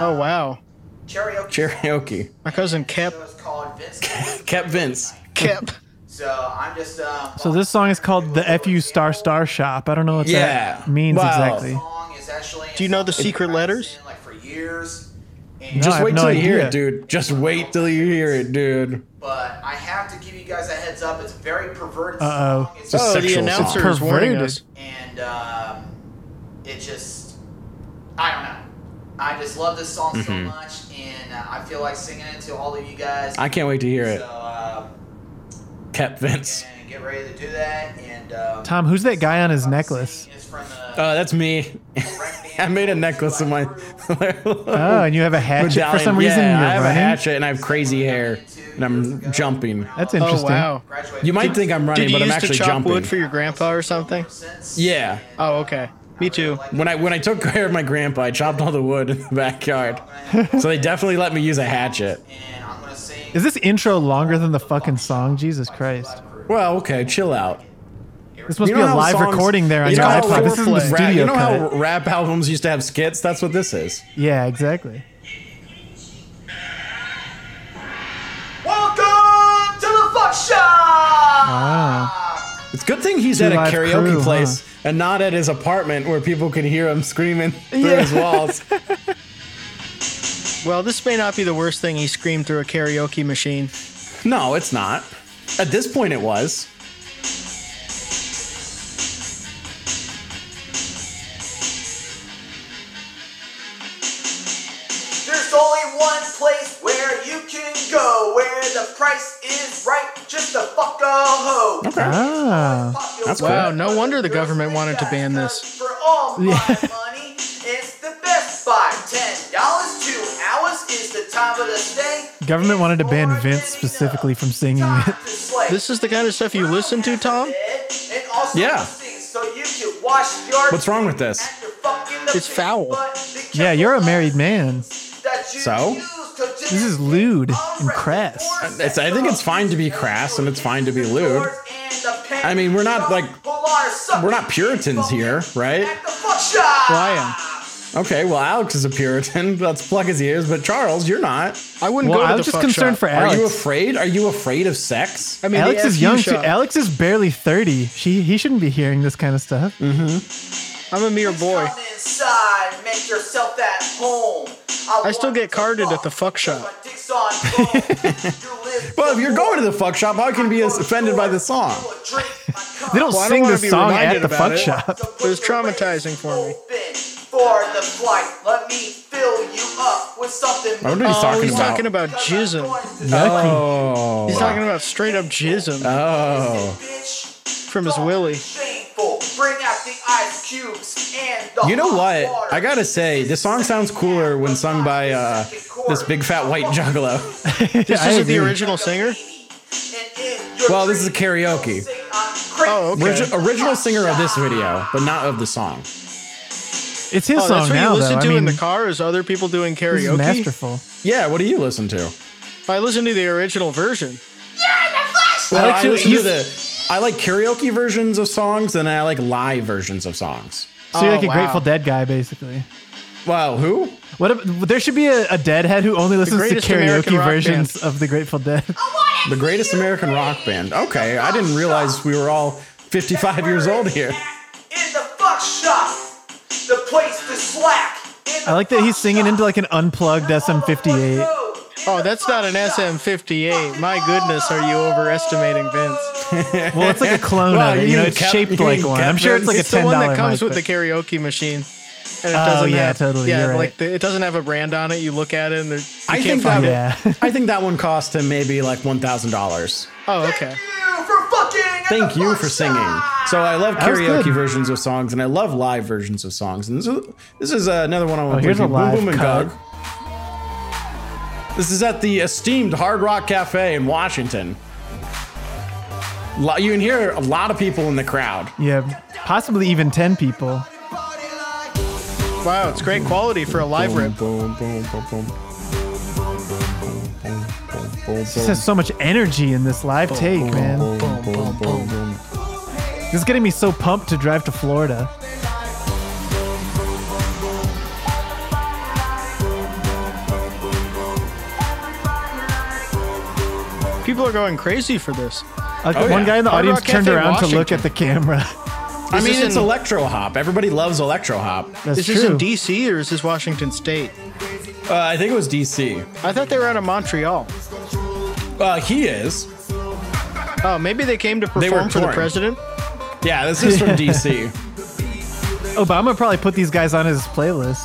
S1: Oh wow,
S8: Karaoke
S2: Cherokee.
S1: my cousin Kep
S8: show is called Vincent.
S2: Kept Vince.
S1: Kep.
S8: so I'm just. Uh,
S3: So this song is called the FU Star Star Shop. I don't know what
S2: Yeah.
S3: that means
S2: Wow.
S3: exactly.
S8: song is actually.
S1: Do you know the
S8: something
S1: secret
S8: I've
S1: letters?
S8: seen, Like for years,
S3: I
S2: Just
S3: have
S2: wait
S3: no
S2: till you hear
S3: idea.
S2: it, dude. Just wait till you hear it, dude.
S8: but I have to give you guys a heads up. It's a very perverted
S3: Uh-oh.
S8: song. It's
S2: Just
S1: Oh, the
S2: sexual
S1: announcer
S2: song.
S1: is warning
S3: Perverted.
S1: us.
S8: and um, it just I don't know. I just love this song so much, and uh, I feel like singing it to all of you guys.
S2: I can't wait to hear
S8: so
S2: it.
S8: uh,
S2: Kept Vince.
S8: and get ready to do that. And um,
S3: Tom, who's that guy on his necklace?
S8: Is from the
S2: Uh, that's me. I made a necklace of my.
S3: Oh, and you have a hatchet for
S2: medallion.
S3: some reason.
S2: Yeah,
S3: and
S2: I
S3: you're
S2: have
S3: running.
S2: a hatchet and I have crazy hair and I'm jumping.
S3: That's
S1: Oh
S3: interesting.
S1: wow.
S8: graduated
S2: You might think I'm running,
S1: Did you
S2: but I'm
S1: used to
S2: actually
S1: chop
S2: jumping.
S1: wood for your grandpa or something?
S8: since.
S2: yeah.
S1: Oh okay, me too.
S2: When I when I took care of my grandpa, I chopped all the wood in the backyard. so they definitely let me use a hatchet.
S8: And I'm gonna sing.
S3: Is this intro longer than the fucking song? Jesus Christ.
S2: Well, okay, chill out.
S3: This must
S2: You
S3: be
S2: know
S3: a
S2: how
S3: live
S2: songs-
S3: recording there on
S2: you
S3: your
S2: know how,
S3: iPod.
S2: like,
S3: This is the
S1: foreplay-
S2: rap,
S3: studio
S2: you know
S3: cut.
S2: how rap albums used to have skits? That's what this is.
S3: yeah, exactly.
S8: Welcome to the fuck shop.
S3: Wow.
S2: It's a good thing he's
S3: Two
S2: at a
S3: Live
S2: karaoke
S3: Crew,
S2: place and not at his apartment where people can hear him screaming through
S3: Yeah.
S2: his walls.
S1: Well, this may not be the worst thing he screamed through a karaoke machine.
S2: No, it's not. At this point, it was.
S8: There's only one place where you can go, where the price is right, just to fuck a hoe.
S3: Ah.
S2: That's cool.
S1: Wow, no wonder the government wanted to ban this.
S8: For all my
S3: Yeah.
S8: money, it's the best buy. Ten dollars, two hours is the time of the day.
S3: Government wanted to ban
S8: More
S3: Vince
S8: than
S3: specifically
S8: enough
S3: from singing
S8: time
S3: it.
S8: to slay.
S1: This is the kind of stuff you listen to, Tom?
S8: And also
S2: Yeah.
S8: sing So you can wash your
S2: What's wrong with this?
S8: at your fucking
S1: It's foul.
S8: but be
S3: Yeah, you're a married man.
S8: careful that you
S2: So?
S8: use, 'cause
S3: This is lewd and crass.
S2: It's, I think it's fine to be crass and it's fine to be lewd. I mean, we're not, like- We're not Puritans here, right?
S1: Well, I
S2: Okay, well, Alex is a Puritan. Let's pluck his ears. But Charles, you're
S1: am.
S2: not.
S1: I wouldn't
S3: Well,
S1: go to
S3: I
S1: the
S3: was just
S1: fuck
S3: concerned
S1: shop.
S3: for
S2: Are you
S3: Alex.
S2: afraid? Are you afraid of sex?
S1: I mean,
S3: Alex
S1: the
S3: is
S1: FU
S3: young too.
S1: shop.
S3: Alex is barely 30. She he shouldn't be hearing this kind of stuff.
S1: I'm a mere boy.
S8: Come inside, make yourself at home. I,
S1: I still
S8: want
S1: get
S8: to
S1: carded at the fuck shop.
S8: my dick's on bone. You live
S2: Well, if you're going to the fuck shop, how can you be as offended by the song?
S8: for a drink, my cup.
S3: They don't
S1: Well, I don't
S3: sing
S1: wanna
S3: this
S1: be
S3: song
S1: reminded
S3: at the
S1: about
S3: fuck
S1: it.
S3: shop.
S8: So put
S1: It was
S8: your legs
S1: traumatizing for me.
S8: open For the flight, let me fill you up with something.
S2: I wonder what he's
S1: Oh,
S2: talking
S1: he's
S2: about.
S1: talking about
S8: Because
S1: jism.
S8: I'm going to-
S2: Oh.
S1: He's talking about straight up jism
S3: Uh,
S2: Oh.
S8: Bitch,
S1: from his
S8: don't be
S1: willy.
S8: shameful. Bring out the ice cubes and the
S2: You know
S8: hot
S2: what?
S8: water.
S2: I gotta say, this song sounds cooler when sung by uh, this big fat white juggalo.
S1: This
S3: I
S1: isn't the
S3: agree.
S1: original singer?
S2: Well, this is karaoke.
S1: Oh, okay.
S2: Origi- original singer of this video, but not of the song.
S3: It's his
S1: Oh,
S3: song
S1: that's what
S3: now,
S1: you listen
S3: though.
S1: to
S3: I mean,
S1: in the car is other people doing
S3: this is
S1: karaoke.
S3: masterful.
S2: Yeah, what do you listen to?
S1: I listen to the original version.
S2: Well,
S3: like
S2: I,
S3: to-
S2: listen to
S3: you-
S2: the, I like karaoke versions of songs, and I like live versions of songs.
S3: So you're
S1: Oh,
S3: like a
S1: wow.
S3: Grateful Dead guy, basically.
S2: Wow, who?
S3: What ab there should be a, a Deadhead who only listens to
S1: greatest American
S3: karaoke
S1: rock
S3: versions of the Grateful Dead.
S2: The greatest American rock band. Okay, I didn't realize we were all 55 years old here.
S8: In the fuck shop, the place to slack. In the
S3: I like that he's singing into like an unplugged SM58.
S1: Oh, that's not an SM58. My goodness, are you overestimating Vince?
S3: Well, it's like a clone
S2: Wow,
S3: of it.
S2: you
S3: You, know,
S2: mean
S3: it's
S2: Cap- you
S3: shaped
S2: mean
S3: like one. I'm sure it's like a
S1: it's the
S3: ten
S1: one
S3: dollar
S1: that comes with
S3: mic.
S1: the
S3: but-
S1: karaoke machine. And it
S3: Oh,
S1: doesn't
S3: yeah,
S1: have,
S3: totally,
S1: Yeah,
S3: you're right.
S1: like the, it doesn't have a brand on it. You look at it and there- you
S2: I
S1: can't
S2: think
S1: find
S2: that
S3: find it.
S2: I think that one cost him maybe like one thousand dollars.
S1: it. Oh, okay.
S8: You at
S2: thank
S8: the
S2: you
S8: fun
S2: for singing. So I love
S3: was good.
S2: karaoke versions of songs, and I love live versions of songs. And this is, this is uh, another one I want
S3: Oh,
S2: to
S3: here's a live
S2: Boom Boom and
S3: cut.
S2: Doug. This is at the esteemed Hard Rock Cafe in Washington. Lo- You can hear a lot of people in the crowd.
S3: Yeah, possibly even 10 people.
S1: Wow, it's great quality for a live rip.
S2: Boom, boom, boom, boom, boom. Boom, boom, boom,
S3: This has so much energy in this live
S1: Oh,
S3: take, man.
S2: boom, boom, boom, boom.
S3: This is getting me so pumped to drive to Florida.
S1: People are going crazy for this.
S3: Like
S2: Oh,
S3: one
S2: yeah.
S3: guy in the
S1: Hard
S3: audience
S1: Rock
S3: turned
S1: Cafe,
S3: around to look
S1: Washington.
S3: at the camera.
S2: I mean,
S1: this
S2: it's
S1: in-
S2: electro hop. Everybody loves electro hop. Uh,
S3: That's
S1: Is this
S3: true.
S1: in DC or is this Washington State?
S2: Uh, I think it was DC.
S1: I thought they were out of Montreal.
S2: Uh, he is.
S1: Oh, maybe they came to
S2: They were
S1: perform for the
S2: touring.
S1: president.
S2: Yeah, this is from DC.
S3: Obama probably put these guys on his playlist.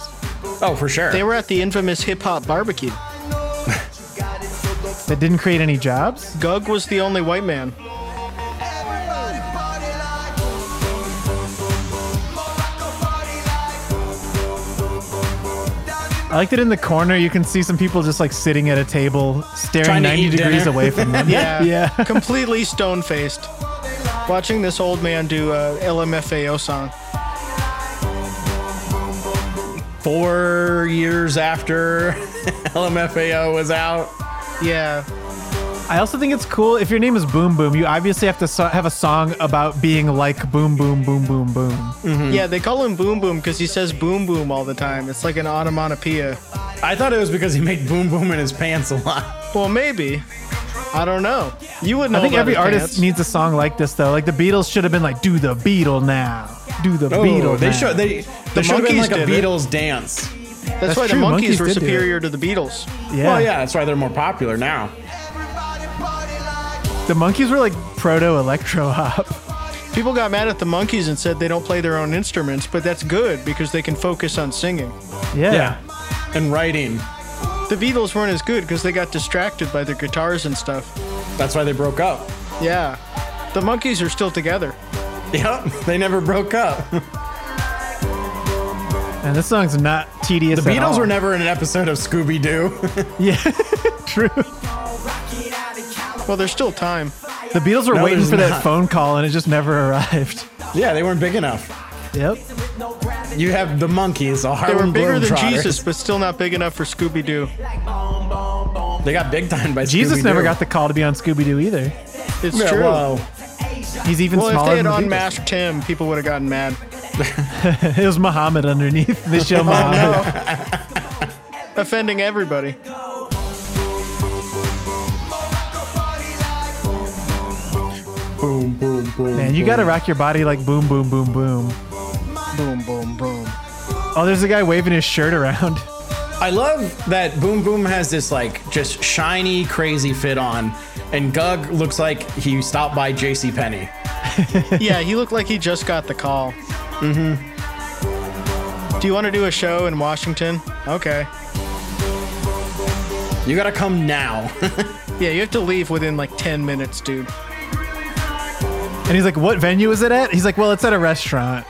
S2: Oh, for sure.
S1: They were at the infamous hip hop barbecue.
S3: That didn't create any jobs.
S1: Gug was the only white man.
S3: I like that in the corner you can see some people just like sitting at a table, staring
S2: Trying to
S3: 90
S2: eat
S3: degrees
S2: dinner.
S3: away from them.
S1: Yeah,
S3: yeah.
S1: completely stone faced. Watching this old man do a LMFAO song.
S2: Four years after LMFAO was out.
S1: Yeah,
S3: I also think it's cool if your name is Boom Boom, you obviously have to so- have a song about being like Boom Boom Boom Boom Boom.
S1: yeah. They call him Boom Boom because he says Boom Boom all the time. It's like an onomatopoeia.
S2: I thought it was because he made boom boom in his pants a lot.
S1: Well, maybe. I don't know. You would know.
S3: I think
S1: about
S3: every
S1: his
S3: artist
S1: pants.
S3: needs a song like this though. Like the Beatles should have been like, "Do the Beatle now, do the Beatle."
S2: Oh, they
S3: now."
S2: should they they should have been
S1: monkeys
S2: like a
S1: did it.
S2: Beatles dance.
S1: That's, why
S3: true,
S1: the monkeys,
S3: monkeys
S1: were
S3: did do it.
S1: superior to the Beatles.
S3: Yeah.
S2: Well, yeah, that's why they're more popular now.
S3: The monkeys were like proto electro hop.
S1: People got mad at the monkeys and said they don't play their own instruments, but that's good because they can focus on singing.
S3: Yeah.
S2: And writing.
S1: The Beatles weren't as good because they got distracted by their guitars and stuff.
S2: That's why they broke up.
S1: Yeah. The monkeys are still together.
S2: Yep, they never broke up. The
S3: And this song's not tedious. at
S2: Beatles
S3: all.
S2: were never in an episode of Scooby Doo.
S3: Yeah. True.
S1: Well, there's still time.
S3: The Beatles were
S2: No,
S3: waiting
S2: there's
S3: for that
S2: not.
S3: phone call and it just never arrived.
S2: yeah, they weren't big enough.
S3: Yep.
S2: You have the monkeys, the
S1: They were
S2: Harlem
S1: bigger than
S2: Globetrotters.
S1: Jesus, but still not big enough for Scooby Doo.
S2: They got big time by
S3: Jesus
S2: Scooby-Doo.
S3: never got the call to be on Scooby Doo either.
S1: It's
S2: Yeah,
S1: true. Well,
S2: well,
S3: He's even
S1: if
S3: smaller
S1: they had
S3: than the Beatles.
S1: unmasked him, people would have gotten mad.
S3: It was Muhammad underneath. They
S1: Oh,
S3: show Muhammad.
S1: Offending everybody.
S2: boom, boom, boom.
S3: Man, you
S2: boom.
S3: gotta rock your body like boom, boom, boom, boom.
S1: Boom, boom, boom.
S3: Oh, there's a guy waving his shirt around.
S2: I love that Boom Boom has this like just shiny crazy fit on, and Gug looks like he stopped by J.C. Penney.
S1: Yeah, he looked like he just got the call. Mm-hmm. Do you want to do a show in Washington? Okay.
S2: You gotta come now.
S1: Yeah, you have to leave within like 10 minutes, dude.
S3: And he's like, What venue is it at? He's like, Well, it's at a restaurant.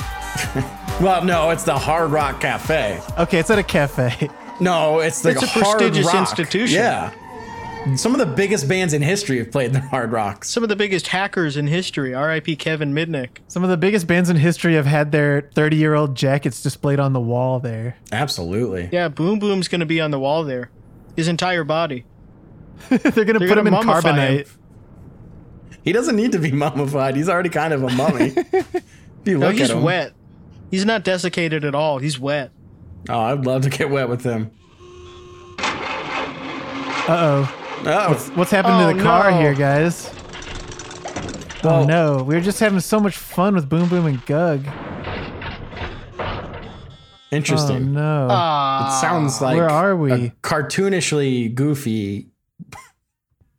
S2: well, no, it's the Hard Rock Cafe.
S3: Okay, it's at a cafe.
S2: No, it's the
S1: It's a
S2: Hard
S1: prestigious
S2: Rock.
S1: institution.
S2: Yeah, some of the biggest bands in history have played the Hard Rocks.
S1: Some of the biggest hackers in history, RIP Kevin Midnick.
S3: Some of the biggest bands in history have had their 30 year old jackets displayed on the wall there.
S2: Absolutely.
S1: Yeah, Boom Boom's going to be on the wall there. His entire body.
S3: They're gonna
S1: They're
S3: put
S1: gonna
S3: him in
S1: mummify
S3: carbonite.
S1: him.
S2: He doesn't need to be mummified. He's already kind of a mummy. If you
S1: No,
S2: look
S1: he's
S2: at him-
S1: wet. He's not desiccated at all. He's wet.
S2: Oh, I'd love to get wet with him.
S3: Uh oh.
S2: Oh,
S3: What's happened
S1: Oh,
S3: to the car
S1: no.
S3: here, guys?
S2: Well-
S3: Oh no, we were just having so much fun with Boom Boom and Gug. Oh
S2: interesting. Uh,
S3: no.
S2: It
S1: Ah.
S2: sounds like
S3: Ah, Where are we?
S2: a cartoonishly goofy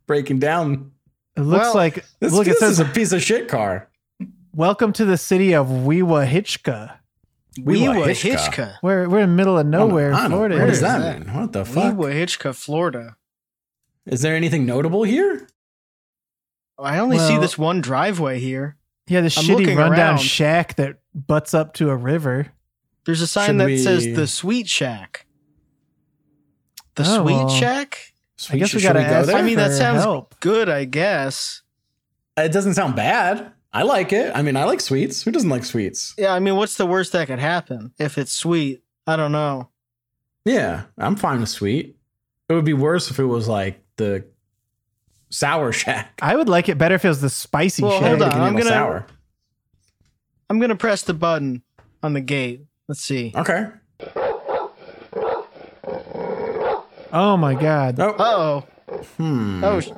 S2: breaking down.
S3: it looks
S1: well,
S3: like
S2: This,
S3: look, it
S2: this is
S3: says
S2: a piece of shit car.
S3: Welcome to the city of Weewahitchka.
S1: We
S2: Weewa
S1: were
S2: Hitchcock.
S1: Hitchka.
S3: We're we're in the middle of nowhere in
S2: I don't-
S3: Florida.
S2: What does
S1: Where
S2: that
S1: is
S2: mean? What the
S1: We
S2: fuck?
S1: were Hitchka, Florida.
S2: Is there anything notable here?
S1: I only see
S3: Well-
S1: this one driveway here.
S3: Yeah, this
S1: I'm
S3: shitty
S1: looking
S3: rundown
S1: around.
S3: shack that butts up to a river.
S1: There's a sign
S2: Should
S1: that
S2: we-
S1: says the Sweet Shack. The
S3: Oh,
S1: Sweet
S3: well.
S1: Shack?
S2: Sweet.
S3: I guess
S2: Should-
S3: we
S2: should
S3: gotta ask.
S2: there?
S1: I mean, that
S3: for
S1: sounds-
S3: help.
S1: Good, I guess.
S2: it doesn't sound bad. I like it. I mean, I like sweets. Who doesn't like sweets?
S1: Yeah, I mean, what's the worst that could happen if it's sweet? I don't know.
S2: Yeah, I'm fine with sweet. It would be worse if it was like the sour shack.
S3: I would like it better if it was the spicy
S1: Well,
S3: shack.
S1: hold on,
S2: Can
S1: I'm
S2: handle
S1: gonna- I'm gonna press the button on the gate. Let's see.
S2: Okay.
S3: Oh my god.
S2: Oh,
S1: Uh oh.
S2: hmm.
S1: Oh. sh-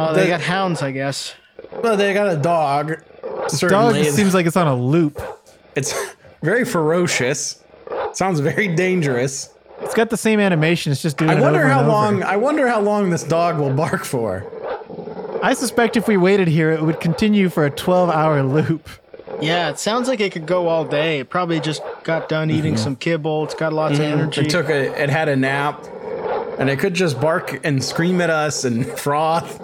S1: Oh, they
S2: The-
S1: got hounds, I guess.
S2: Well, they got a dog.
S3: Dog
S2: Certainly,
S3: seems like it's on a loop.
S2: it's very ferocious. Sounds very dangerous.
S3: It's got the same animation. It's just doing.
S2: I
S3: it
S2: wonder
S3: over
S2: how
S3: and over.
S2: long. I wonder how long this dog will bark for.
S3: I suspect if we waited here, it would continue for a 12-hour loop.
S1: Yeah, it sounds like it could go all day. It probably just got done eating some kibble. It's got lots of energy.
S2: Mm-hmm. It took a. It had a nap, and it could just bark and scream at us and froth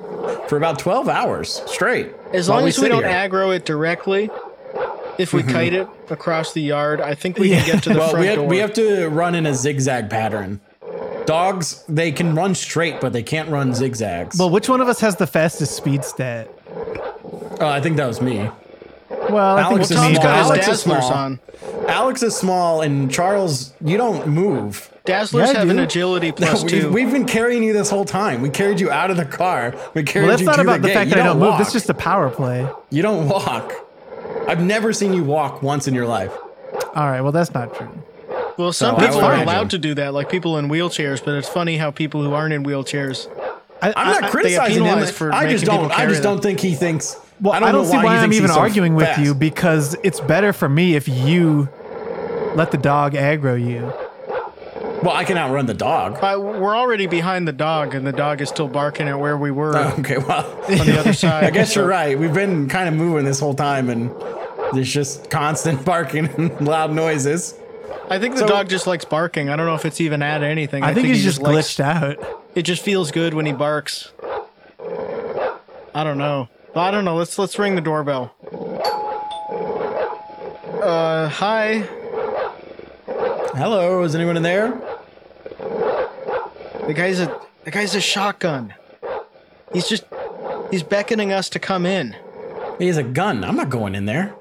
S2: for about twelve hours straight.
S1: as
S2: while
S1: long as we
S2: sit
S1: don't
S2: here. Mm-hmm.
S1: aggro it directly, if we kite it across the yard, I think we can get to the
S2: Well,
S1: front
S2: we have,
S1: door.
S2: we have to run in a zigzag pattern. Dogs, they can run straight, but they can't run zigzags.
S3: Well, which one of us has the fastest speed stat?
S2: Uh, I think that was me.
S3: Well, I think
S2: Alex
S3: it's
S2: is
S3: me.
S1: Tom's
S2: small.
S1: got his
S2: Alex is
S1: dazzlers
S2: small.
S1: on.
S2: Alex is small, and Charles, you don't move.
S1: Dazzlers
S3: Yeah,
S1: have an
S3: dude.
S1: agility plus
S2: we,
S1: two.
S2: We've been carrying you this whole time. We carried you out of the car. We carried
S3: Well, that's
S2: you
S3: not
S2: to
S3: about the,
S2: gate.
S3: fact
S2: You
S3: that I don't move.
S2: walk.
S3: That's just a power play.
S2: you don't walk. I've never seen you walk once in your life.
S3: All right. Well, that's not true.
S1: well, some
S2: So Oh, I
S1: people
S2: would
S1: are
S2: imagine.
S1: allowed to do that, like people in wheelchairs. But it's funny how people who aren't in wheelchairs.
S3: I,
S2: I'm not
S3: I-
S2: criticizing him.
S1: penalized for
S2: I just
S1: making people
S2: don't. I
S1: carry
S2: just
S1: them.
S2: don't think he thinks.
S3: Well, I don't,
S2: know
S3: see
S2: why,
S3: why
S2: he
S3: I'm
S2: thinks
S3: even
S2: he's so
S3: arguing
S2: fast.
S3: with you because it's better for me if you let the dog aggro you.
S2: Well, I can outrun the dog.
S1: But we're already behind the dog, and the dog is still barking at where we were
S3: Uh,
S2: Oh, okay, well,
S1: on the other side.
S2: I guess you're right. We've been kind of moving this whole time, and there's just constant barking and loud noises.
S1: I think the
S2: So-
S1: dog just likes barking. I don't know if it's even at anything.
S3: I, think,
S1: he
S3: he's just
S1: likes-
S3: glitched out.
S1: It just feels good when he barks. I don't know. I don't know. Let's let's ring the doorbell. Uh, hi.
S2: Hello, is anyone in there?
S1: The guy's a the guy's a shotgun. He's just he's beckoning us to come in.
S2: He has a gun. I'm not going in there.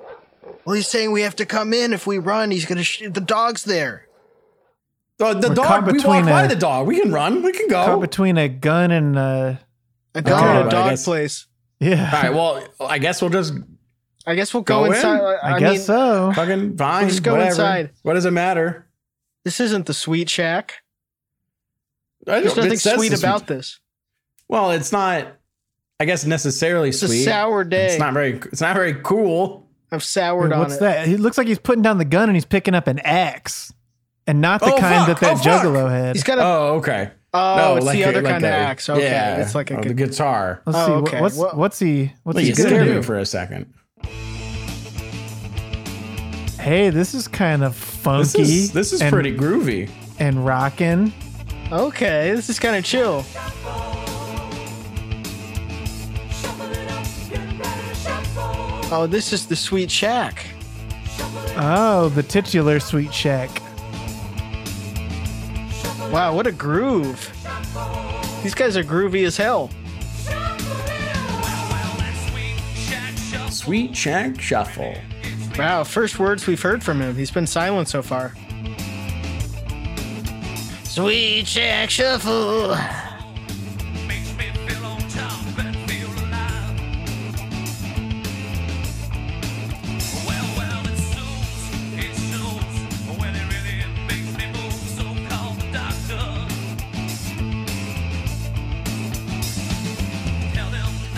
S1: Well, he's saying we have to come in. If we run, he's gonna sh- the dog's there.
S2: Uh, the
S3: We're
S2: dog.
S3: caught
S2: We
S3: between
S2: walked by
S3: a-
S2: the dog. We can run. We can
S3: Caught
S2: go.
S3: between a gun and uh,
S1: A dog in
S2: Okay, well, Oh, I
S1: a dog
S2: guess-
S1: place.
S3: yeah.
S2: All right. Well, I guess we'll just
S1: I guess we'll go,
S2: Go in?
S1: inside. I,
S3: I,
S1: I
S3: guess
S1: mean,
S3: so.
S2: fucking fine.
S1: just go
S2: whatever.
S1: inside.
S2: What does it matter?
S1: This isn't the sweet shack.
S2: I
S1: There's
S2: don't- it
S1: nothing
S2: says
S1: sweet
S2: it's
S1: about this.
S2: Well, it's not. I guess necessarily
S1: It's
S2: sweet.
S1: a sour day.
S2: It's not very. It's not very cool.
S1: I've soured
S3: Wait,
S1: on
S3: what's
S1: it.
S3: that? He looks like he's putting down the gun and he's picking up an axe, and not the
S2: Oh,
S3: kind
S2: fuck.
S3: that that
S2: Oh, fuck.
S3: juggalo had.
S1: He's got a.
S2: Oh, okay.
S1: Oh, it's the
S2: a-
S1: other kind
S2: a-
S1: of axe. Okay,
S2: yeah,
S1: it's like a.
S2: oh, the
S1: good-
S2: guitar.
S3: Let's
S1: Oh,
S3: see.
S1: okay.
S3: wh- What's
S1: Well-
S3: what's he what's
S2: Well,
S3: he
S2: you
S3: gonna
S2: scared
S3: do?
S2: me for a second.
S3: hey, this is kind of funky.
S2: This is this is
S3: and,
S2: pretty groovy.
S3: and rocking.
S1: okay, this is kind of chill. Oh, this is the sweet shack.
S3: Oh, the titular sweet shack.
S1: Wow, what a groove! These guys are groovy as hell.
S2: Sweet Shack Shuffle.
S1: Wow, first words we've heard from him. He's been silent so far. Sweet shack shuffle.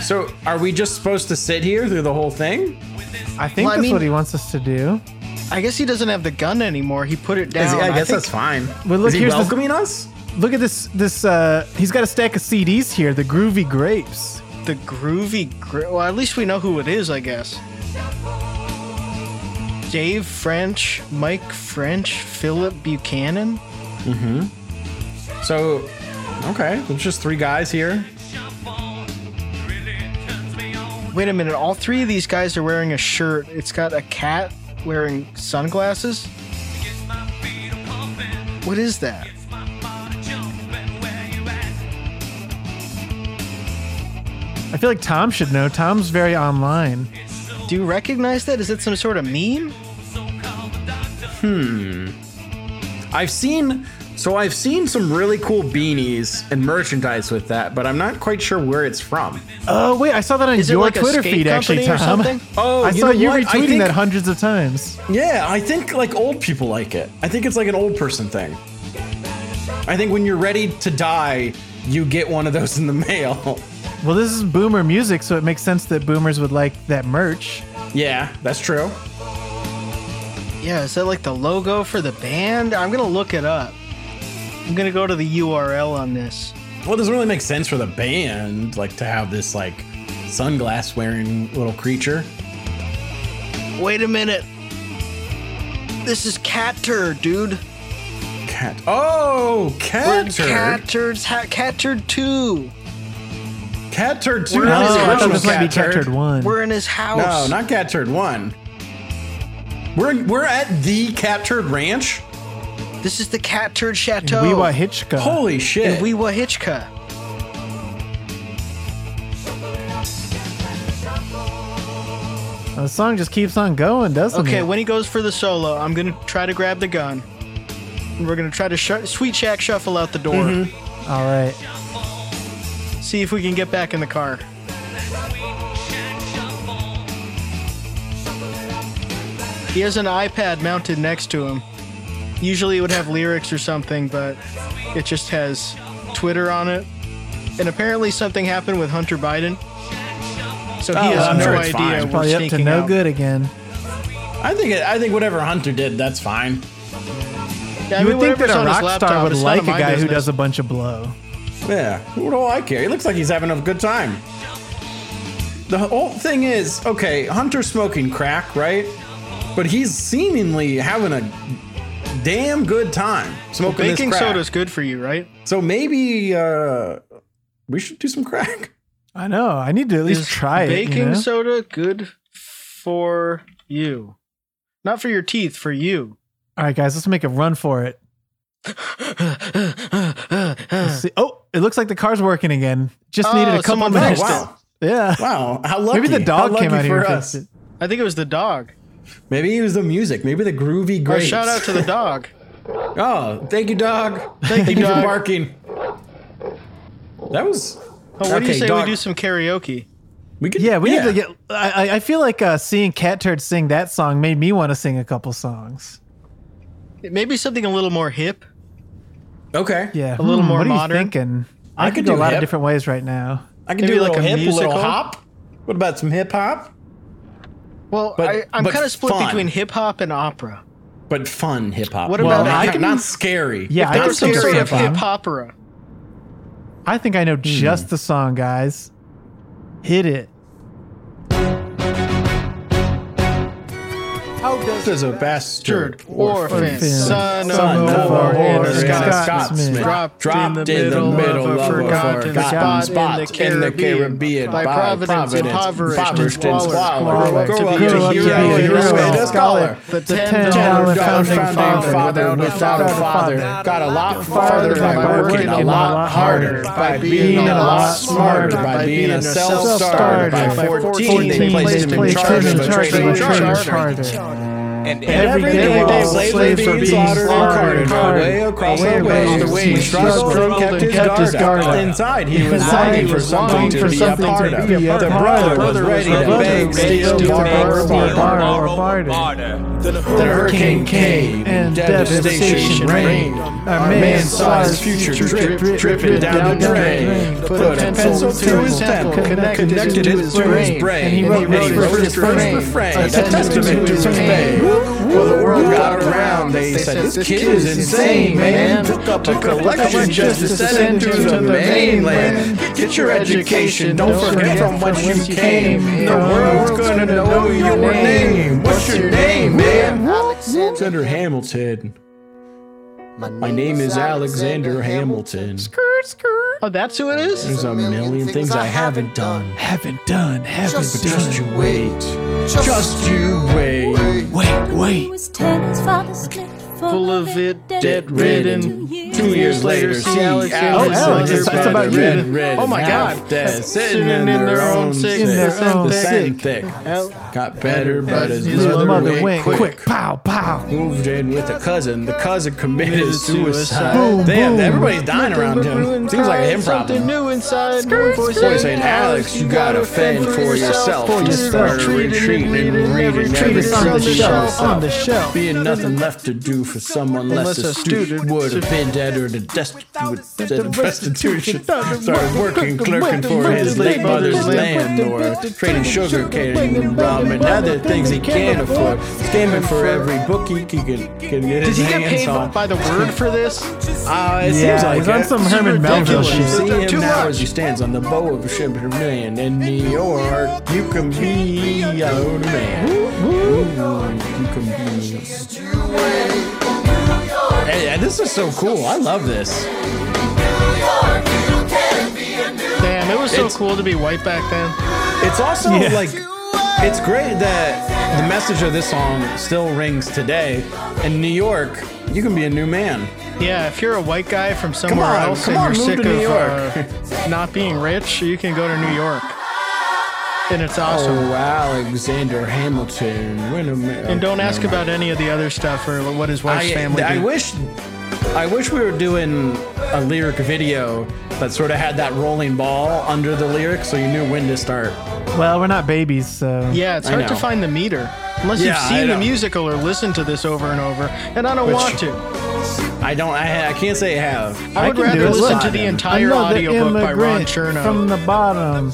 S2: So, are we just supposed to sit here through the whole thing?
S3: I think
S1: Well, I
S3: that's
S1: mean-
S3: what he wants us to do.
S1: I guess he doesn't have the gun anymore. He put it down. think-
S2: fine.
S3: Well, look,
S2: is he
S3: here's the-
S2: welcoming us?
S3: Look at this. This uh, he's got a stack of CDs here. The Groovy Grapes.
S1: the groovy. Gr- well, at least we know who it is, I guess. Dave French, Mike French, Philip Buchanan.
S2: So, okay, there's just three guys here.
S1: wait a minute, all three of these guys are wearing a shirt. It's got a cat wearing sunglasses. What is that?
S3: I feel like Tom should know. Tom's very online.
S1: Do you recognize that? Is it some sort of meme?
S2: I've seen so I've seen some really cool beanies and merchandise with that, but I'm not quite sure where it's from.
S3: Oh wait, I saw that on
S1: Is it
S3: your
S1: like a
S3: Twitter
S1: skate
S3: feed actually,
S1: company or
S3: Tom.
S1: something?
S2: Oh,
S3: I
S2: you
S3: saw
S2: know
S3: you
S2: what? I
S3: retweeting
S2: think-
S3: that hundreds of times.
S2: Yeah, I think like old people like it. I think it's like an old person thing. I think when you're ready to die, you get one of those in the mail.
S3: Well, this is boomer music, so it makes sense that boomers would like that merch.
S2: yeah, that's true.
S1: Yeah, is that like the logo for the band? I'm gonna look it up. I'm gonna go to the URL on this.
S2: Well, it doesn't really make sense for the band like to have this like sunglass wearing little creature.
S1: Wait a minute. This is Cat Turd, dude.
S2: Cat.
S1: We're
S2: Oh,
S1: in
S2: cat turd.
S1: Cat Turd's ha- Cat Turd 2.
S2: Cat turd two.
S1: We're
S3: Oh,
S1: That is not
S2: not the
S3: I thought
S2: original
S3: this might be captured one.
S1: We're in his house.
S2: No, not Cat Turd One. We're we're at the Cat Turd Ranch.
S1: this is the Cat Turd Chateau.
S3: Weewa Hitchcock.
S2: Holy shit!
S1: in Weewahitchka.
S3: The song just keeps on going, doesn't
S1: Okay,
S3: it?
S1: when he goes for the solo, I'm gonna try to grab the gun. And we're gonna try to sh- Sweet Shack shuffle out the door.
S3: All right.
S1: See if we can get back in the car. He has an iPad mounted next to him. Usually it would have lyrics or something, but it just has Twitter on it. And apparently something happened with Hunter Biden. So he
S2: Oh,
S1: has
S2: I'm
S1: no
S2: sure
S1: idea
S2: it's fine.
S1: we're
S3: Probably up to
S1: sneaking
S3: no
S1: out.
S3: good again.
S2: I think it, I think whatever Hunter did, that's fine.
S1: Yeah, I
S3: you
S1: mean,
S3: would think that
S1: whatever's
S3: a
S1: on his
S3: rock star
S1: laptop,
S3: would
S1: it's none
S3: like
S1: of
S3: a
S1: my
S3: guy who
S1: business.
S3: does a bunch of blow.
S2: Yeah, what do I care? He looks like he's having a good time. The whole thing is okay. Hunter's smoking crack, right? But he's seemingly having a damn good time smoking this
S1: Baking
S2: crack.
S1: soda's good for you, right?
S2: So maybe uh, we should do some crack.
S3: I know. I need to at least
S1: Is
S3: try
S1: baking
S3: it. You know?
S1: soda good for you? Not for your teeth, for you.
S3: All right, guys, let's make a run for it. Let's see. Oh, it looks like the car's working again. Just needed
S1: Oh,
S3: a couple
S1: someone
S3: minutes.
S1: fixed it.
S2: Wow,
S3: Yeah.
S2: wow, how lucky!
S3: Maybe the
S2: How
S3: dog
S2: lucky
S3: came out
S2: for
S3: here. and
S2: us.
S3: fixed it.
S1: I think it was the dog.
S2: Maybe it was the music. Maybe the groovy
S1: Oh,
S2: grapes.
S1: shout out to the dog.
S2: Oh, thank you, dog.
S1: Thank you,
S2: Thank you for
S1: dog.
S2: barking. That was.
S1: Oh, what do you
S2: Okay,
S1: say
S2: dog.
S1: we do some karaoke?
S2: We could.
S3: Yeah, we need to get. I, I- I feel like uh, seeing Cat Turd sing that song made me want to sing a couple songs.
S1: Maybe something a little more hip.
S2: Okay.
S3: Yeah, Hmm,
S1: A little more
S3: what
S1: modern.
S3: Are you thinking? I,
S2: I
S3: could
S2: could
S3: go a
S2: do
S3: lot of
S2: hip.
S3: different ways right now.
S2: I can
S1: Maybe
S2: do
S1: like
S2: like a
S1: a
S2: hip, a little
S1: musical?
S2: hop. What about some hip hop?
S1: Well,
S2: But-
S1: I, I'm
S2: but
S1: kind of split
S2: fun.
S1: between hip hop and opera.
S2: But fun hip hop.
S1: What
S3: Well,
S1: about
S3: I
S1: I
S2: Not-
S3: can-
S2: not scary?
S3: Yeah, I
S2: Not
S3: can
S1: some
S3: do
S2: scary
S1: sort
S3: hip
S1: of
S3: hop.
S1: hip opera?
S3: I think I know just the song, guys. Hit it.
S2: This is a bastard
S1: Stirred orphan, son of
S2: Son
S1: a
S2: of
S1: whore,
S2: a
S1: and a
S2: whore, and a
S1: Scotsman.
S3: Scotsman.
S1: dropped, in the middle, of a forgotten, spot, in, the Caribbean, by providence, impoverished, and squalor,
S3: squalor,
S1: grow up
S3: to
S1: to
S3: be
S1: be
S3: a
S1: a hero,
S3: hero, hero,
S1: and
S3: a
S1: a
S3: scholar,
S1: scholar,
S3: the
S1: the
S3: $10
S1: ten dollar
S3: founding
S1: founding
S3: father,
S1: father,
S2: without a father, got a lot farther by working a lot harder, by being a lot smarter, by being a self-starter, by 14 they placed him in charge of a trading charter. And every day while slaves were being slaughtered and carted away across the waves, the waves struggled and kept his guard up. Inside he was longing for something to be a part of. The brother was ready to beg, steal, borrow, barter. Then a hurricane came and devastation reigned. Our man saw his future drip, dripping down the drain. Put a pencil to his temple, connected it to his brain. And he wrote his first refrain, a testament to his fame. Well, the world got around. They said, This kid is insane, man. Took up a collection just to send to the mainland. Get your education, don't forget from whence you came. The world's gonna know your name. What's your name, man? Alexander Hamilton. My name is Alexander Hamilton. Skirt, skirt.
S1: Oh, that's who it is?
S2: There's a million things I haven't done.
S3: Haven't done, haven't
S6: Just-
S3: done.
S2: Just you wait. Just you wait.
S3: wait, wait.
S1: Full of it, dead
S2: ridden.
S1: ridden.
S2: Two years later, see Alex.
S1: Alexander
S3: Oh, Alex, it's- it's about you.
S2: Red, red,
S1: Oh my God.
S2: Dead, sitting in their own sick.
S1: In
S3: their own
S2: the same thick.
S3: sick.
S1: Al-
S2: Got better, but his
S1: His
S2: mother,
S3: Mother
S2: went,
S3: went
S2: quick.
S3: quick. Pow, pow.
S2: Moved in with a cousin. The cousin committed
S1: Committed
S2: suicide.
S1: suicide.
S3: Boom,
S2: Damn,
S3: boom.
S2: everybody's dying around him. Seems like a him
S1: Something
S2: problem.
S1: new inside. Skirt,
S2: Boy saying, Alex, you gotta fend for yourself.
S1: For
S2: You
S1: yourself.
S2: started retreating and reading
S1: Treat
S3: Treat us
S1: is
S3: on the shelf, on the shelf.
S2: Being nothing left to do for someone less
S1: Unless a
S2: a student
S1: student
S2: would have been dead or the destitution. Started working, clerking for his late mother's land or trading sugar cane and rum and other things he can't afford. Scamming for every book he can, can get his
S1: Does he get
S2: hands
S1: paid
S2: on.
S1: by the word for this?
S2: Uh, it
S3: Yeah,
S2: seems like
S3: he's on
S2: it.
S3: some Herman Melville
S2: ridiculous.
S3: shit.
S2: See him
S1: Too
S2: now
S1: much.
S2: as he stands on the bow of a shipping man in New York. You can be a old man. Ooh, you can be. Hey, and this is so cool. I love this.
S1: Damn, it was so
S2: It's-
S1: cool to be white back then.
S2: It's also
S3: Yeah.
S2: like it's great that the message of this song still rings today. In New York, you can be a new man.
S1: Yeah, if you're a white guy from somewhere
S2: on,
S1: else
S2: come
S1: and
S2: on,
S1: you're
S2: move
S1: sick
S2: to
S1: of
S2: New
S1: Uh, not being rich, you can go to New York. And it's awesome.
S2: Oh, Alexander Hamilton. Wait a minute.
S1: and don't ask
S2: Never mind.
S1: about any of the other stuff or what his wife's
S2: I,
S1: family
S2: I
S1: do.
S2: wish I wish we were doing a lyric video that sort of had that rolling ball under the lyric so you knew when to start.
S3: Well, we're not babies, so.
S1: Yeah, it's
S2: I
S1: hard to
S2: know.
S1: find the meter. Unless
S2: Yeah, I
S1: you've seen
S2: know.
S1: the musical or listened to this over and over, and I don't
S2: Which-
S1: want to.
S2: I don't I, ha- I can't say I have.
S1: I would
S3: can do
S1: rather
S3: it.
S1: listen
S3: Look,
S1: to the entire
S3: Another
S1: audiobook by Ron
S3: immigrant
S1: Chernow.
S3: from the bottom.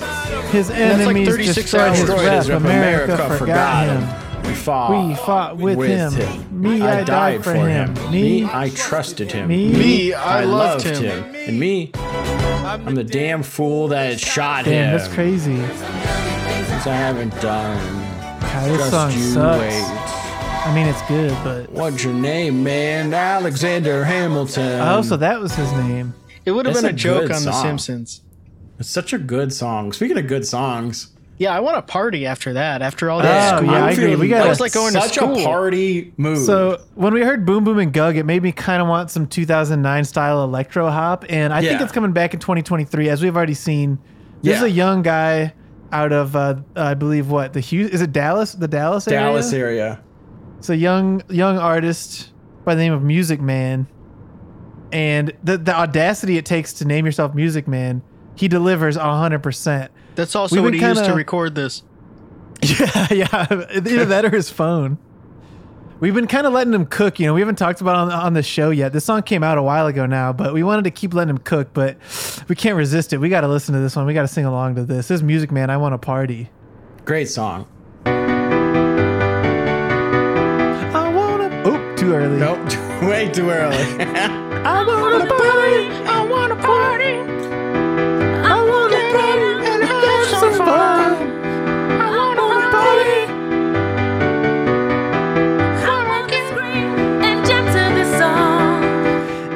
S3: His
S1: like
S3: enemies
S1: 36
S3: destroyed
S1: hours.
S3: his
S2: Destroyed
S3: rep.
S2: his rep.
S3: America, forgot him.
S2: We fought.
S3: We fought with him. Me, I died for him.
S2: Me,
S3: Me,
S2: I trusted him.
S3: me,
S1: Me, I loved him.
S2: And me, I'm the damn fool that shot him.
S3: Damn, that's crazy.
S2: Since I haven't done.
S3: God, this
S2: Just
S3: song
S2: you
S3: sucks.
S2: wait.
S3: I mean, it's good, but.
S2: What's your name, man? Alexander Hamilton.
S3: Oh, so that was his name.
S1: it would have
S2: That's
S1: been a,
S2: a
S1: joke
S2: good
S1: on The
S2: song.
S1: Simpsons.
S2: It's such a good song. Speaking of good songs,
S1: Yeah, I want to party after that. After all
S3: Oh,
S1: that school.
S3: yeah, I
S2: I'm
S3: agree.
S2: feeling
S3: We gotta-
S1: That was like going to
S2: such a
S1: school.
S2: party mood.
S3: So when we heard Boom Boom and Gug, it made me kind of want some 2009 style electro hop, and I think
S2: Yeah.
S3: it's coming back in 2023, as we've already seen. This is
S2: Yeah.
S3: a young guy out of, uh, I believe, what the Hugh is it Dallas, the Dallas area.
S2: Dallas area.
S3: It's a young young artist by the name of Music Man, and the the audacity it takes to name yourself Music Man, he delivers 100. percent
S1: That's also
S3: We've
S1: what
S3: been
S1: he used to
S3: kinda-
S1: record this.
S3: Yeah, yeah. Either that or his phone. We've been kind of letting him cook, you know. We haven't talked about it on on the show yet. This song came out a while ago now, but we wanted to keep letting him cook, but we can't resist it. We got to listen to this one. We got to sing along to this. This is music, man. I want to party.
S2: Great song.
S3: I want to. Oop, too early.
S2: Nope, way too early.
S3: I want to party. I want to party. I want to party and have some fun. I want to party.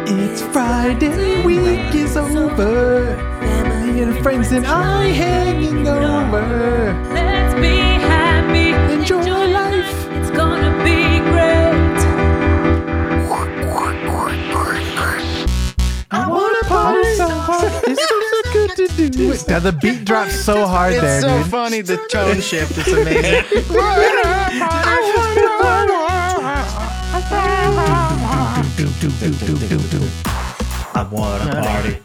S3: It's Friday, week is over. Family and friends and I hanging over.
S5: Let's be happy.
S3: Enjoy life.
S5: It's gonna be great.
S3: I wanna party so hard. It's so good to do. it. Now the beat drops so hard
S1: It's
S3: there,
S1: so
S3: dude.
S1: funny, the tone shift. It's amazing.
S2: I wanna party.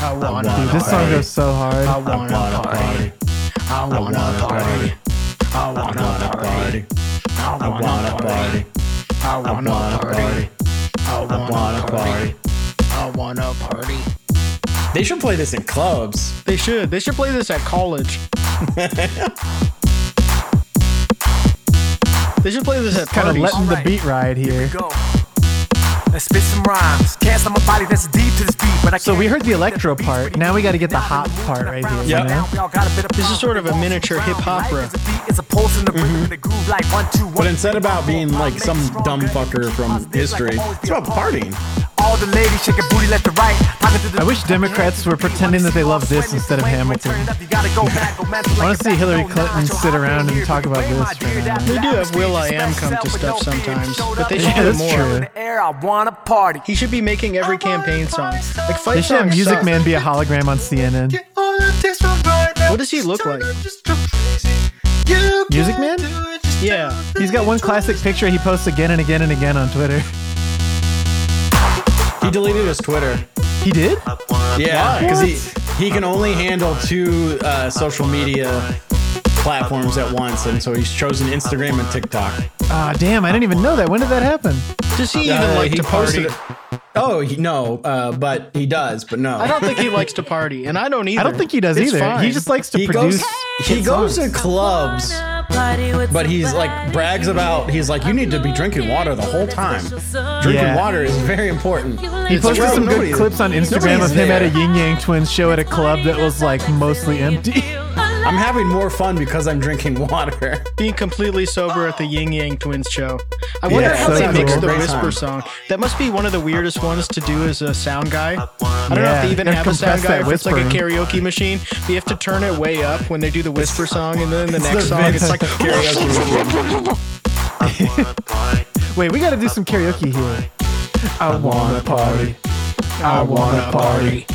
S1: I want to
S2: I wanna
S3: This song goes so
S1: Uh,
S3: hard.
S2: I wanna party.
S1: I
S2: I
S1: want
S2: wanna
S1: to
S2: party. I wanna party. I wanna party.
S1: I
S2: I
S1: want to
S2: wanna
S1: party.
S2: party. I wanna party.
S1: I want to party.
S2: They should play this in clubs.
S1: They should. They should play this at college. they should play this at
S3: Kind of
S1: parties.
S3: letting the beat ride here.
S9: Go. Let's spit some rhymes. Can't stop my body that's deep to this beat, but I
S3: So we heard the electro part. Now we got to get the hop part right here. you
S2: Yep.
S3: know?
S9: This
S1: is sort of a miniature hip opera.
S9: It's a pulse in the rhythm and a groove like one, two, one,
S2: Mm-hmm. But instead
S9: two,
S2: about
S9: three,
S2: being
S9: four,
S2: like
S9: five,
S2: some
S9: make it
S2: dumb
S9: stronger.
S2: fucker from
S9: Positive, like
S2: history,
S9: always be
S2: it's
S9: a
S2: about
S9: party.
S2: partying.
S9: All the ladies shaking booty left to right. Talking to the
S3: I wish Democrats were pretending that they love this instead of Hamilton.
S9: I
S3: wanna see Hillary Clinton sit around and talk about this for an hour.
S9: They
S1: do have Will.i.am come to stuff sometimes, but they should
S3: do more.
S9: I wanna party.
S1: He should be making every campaign song. Like fight
S3: They should have
S1: songs
S3: Music
S1: suck.
S3: Man be a hologram on CNN.
S1: What does he look like?
S3: Music Man?
S1: Yeah.
S3: He's got one classic picture he posts again and again and again on Twitter.
S2: He deleted his Twitter.
S3: He did?
S2: Yeah, because he he can only handle two uh, social media platforms at once, and so he's chosen Instagram and TikTok.
S3: Ah, damn, I didn't even know that. When did that happen?
S1: Does he even
S2: Uh,
S1: like to party?
S2: it. Oh he, no, uh, but he does. But no,
S1: I don't think he likes to party, and I don't either.
S3: I don't think he does
S1: It's
S3: either. He
S1: fine.
S3: just likes to
S2: he
S3: produce.
S2: goes. He goes to clubs, but he's like brags about. He's like, you need to be drinking water the whole time. Drinking
S3: Yeah.
S2: water is very important.
S3: He posted
S2: well,
S3: some good
S2: nobody-
S3: clips on Instagram
S2: nobody's
S3: of him
S2: there.
S3: at a Yin Yang Twins show at a club that was like mostly empty.
S2: I'm having more fun because I'm drinking water.
S1: being completely sober at the Yin Yang Twins show. I wonder
S2: Yeah,
S1: how
S2: so
S1: they
S2: cool.
S1: mix the
S2: Great
S1: whisper
S2: time.
S1: song. That must be one of the weirdest ones to do as a sound guy. I don't know if
S3: Yeah,
S1: they even
S3: gotta
S1: have a sound
S3: compress
S1: guy.
S3: that
S1: If it's like a
S3: whispering.
S1: karaoke machine, you have to turn it way up when they do the whisper song, and then the next
S2: the
S1: song it's like
S2: karaoke.
S3: Wait, we gotta do some karaoke here. I wanna party. I wanna party.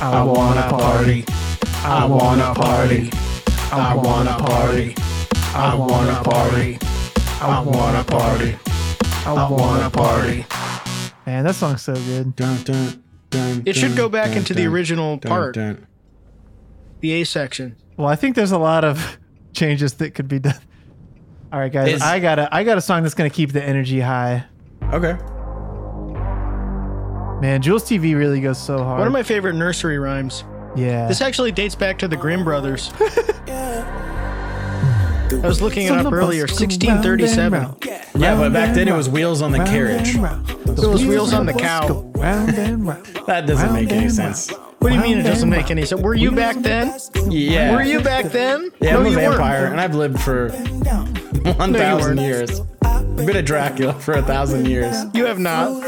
S3: I wanna party. I wanna party. I wanna party. I wanna party. I wanna party. I wanna party. Man, that song's so good.
S2: Dun, dun, dun,
S1: It should
S2: dun,
S1: go back
S2: dun,
S1: into the
S2: dun,
S1: original
S2: dun,
S1: part.
S2: dun.
S1: the A section.
S3: Well, I think there's a lot of changes that could be done. All right, guys,
S2: Is-
S3: I got a I got a song that's gonna keep the energy high.
S2: Okay.
S3: Man, Jules TV really goes so hard.
S1: One of my favorite nursery rhymes.
S3: yeah.
S1: This actually dates back to the Grimm brothers. I was looking it
S3: Some
S1: up
S3: of us
S1: earlier.
S3: go round and
S1: 1637.
S3: round.
S2: Yeah, but back then it was wheels on the
S3: Round
S2: carriage.
S3: and round.
S1: It was wheels on the
S3: of us
S1: cow.
S3: go round and round.
S2: That doesn't
S3: Round
S2: make any
S3: and
S2: sense.
S1: What do you mean it
S3: Round
S1: doesn't
S3: and
S1: make any sense? Were you back then?
S2: Yeah.
S1: Were you back then?
S2: Yeah, I'm a
S1: you weren't.
S2: vampire, and I've lived for one thousand
S1: weren't.
S2: years. I've been a Dracula for a thousand years.
S1: You have not.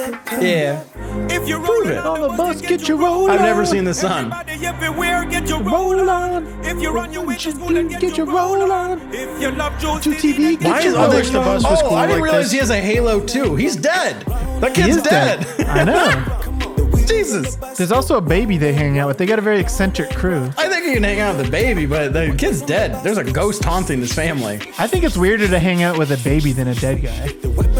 S2: Yeah. If you prove it,
S3: On the bus, get your roll
S2: I've
S3: on.
S2: never seen the sun.
S3: roll on. If you're on your witches, get your roll on. If you love Jules TV,
S2: Why is
S3: get your
S1: I
S2: other
S1: wish the bus was
S2: Oh,
S1: cool
S2: I didn't
S1: like
S2: realize
S1: this.
S2: he has a Halo too. He's dead. That
S3: He
S2: kid's
S3: is dead.
S2: dead.
S3: I know.
S2: Jesus.
S3: There's also a baby they hang out with. They got a very eccentric crew.
S2: I think you can hang out with the baby, but the kid's dead. There's a ghost haunting his family.
S3: I think it's weirder to hang out with a baby than a dead guy.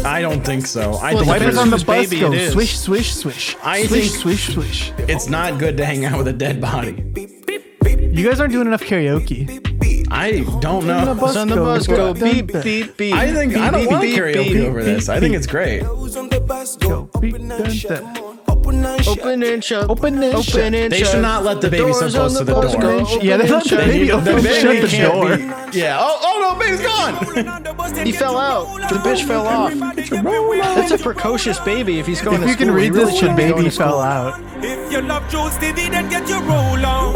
S2: I don't think so. I
S1: Well,
S2: think
S1: depends
S3: Wipers
S2: it's,
S3: on the
S1: whose
S3: bus
S1: baby
S3: go
S1: it is.
S3: swish, swish, swish.
S2: I
S3: swish,
S2: think-
S3: swish, swish.
S2: it's not good to hang out with a dead body.
S3: You guys aren't doing enough karaoke.
S2: I don't know.
S1: It's on the bus go beep
S3: dun,
S1: beep beep.
S2: I think
S1: beep,
S2: I don't
S1: beep,
S2: want
S1: beep,
S2: karaoke
S1: beep.
S2: over this. I think it's great.
S3: Go beep, dun, dun.
S1: Open and shut.
S3: Open and shut.
S1: Open and
S2: They should
S1: shut.
S2: not let the baby so
S1: doors
S2: close
S1: on
S2: to the
S1: bus
S2: door.
S1: go
S2: Open
S3: Yeah, they
S1: and
S3: let the
S1: shut.
S3: baby
S2: The
S3: open
S2: baby
S3: shut the
S2: can't
S3: door.
S2: be- yeah. Oh, oh no, baby's gone.
S1: He fell out. The bitch fell off. That's a precocious baby. If he's going
S3: If
S1: to
S3: you can
S1: school,
S3: read
S1: he really
S3: this, your
S1: shouldn't be going
S3: baby
S1: to school.
S3: fell out.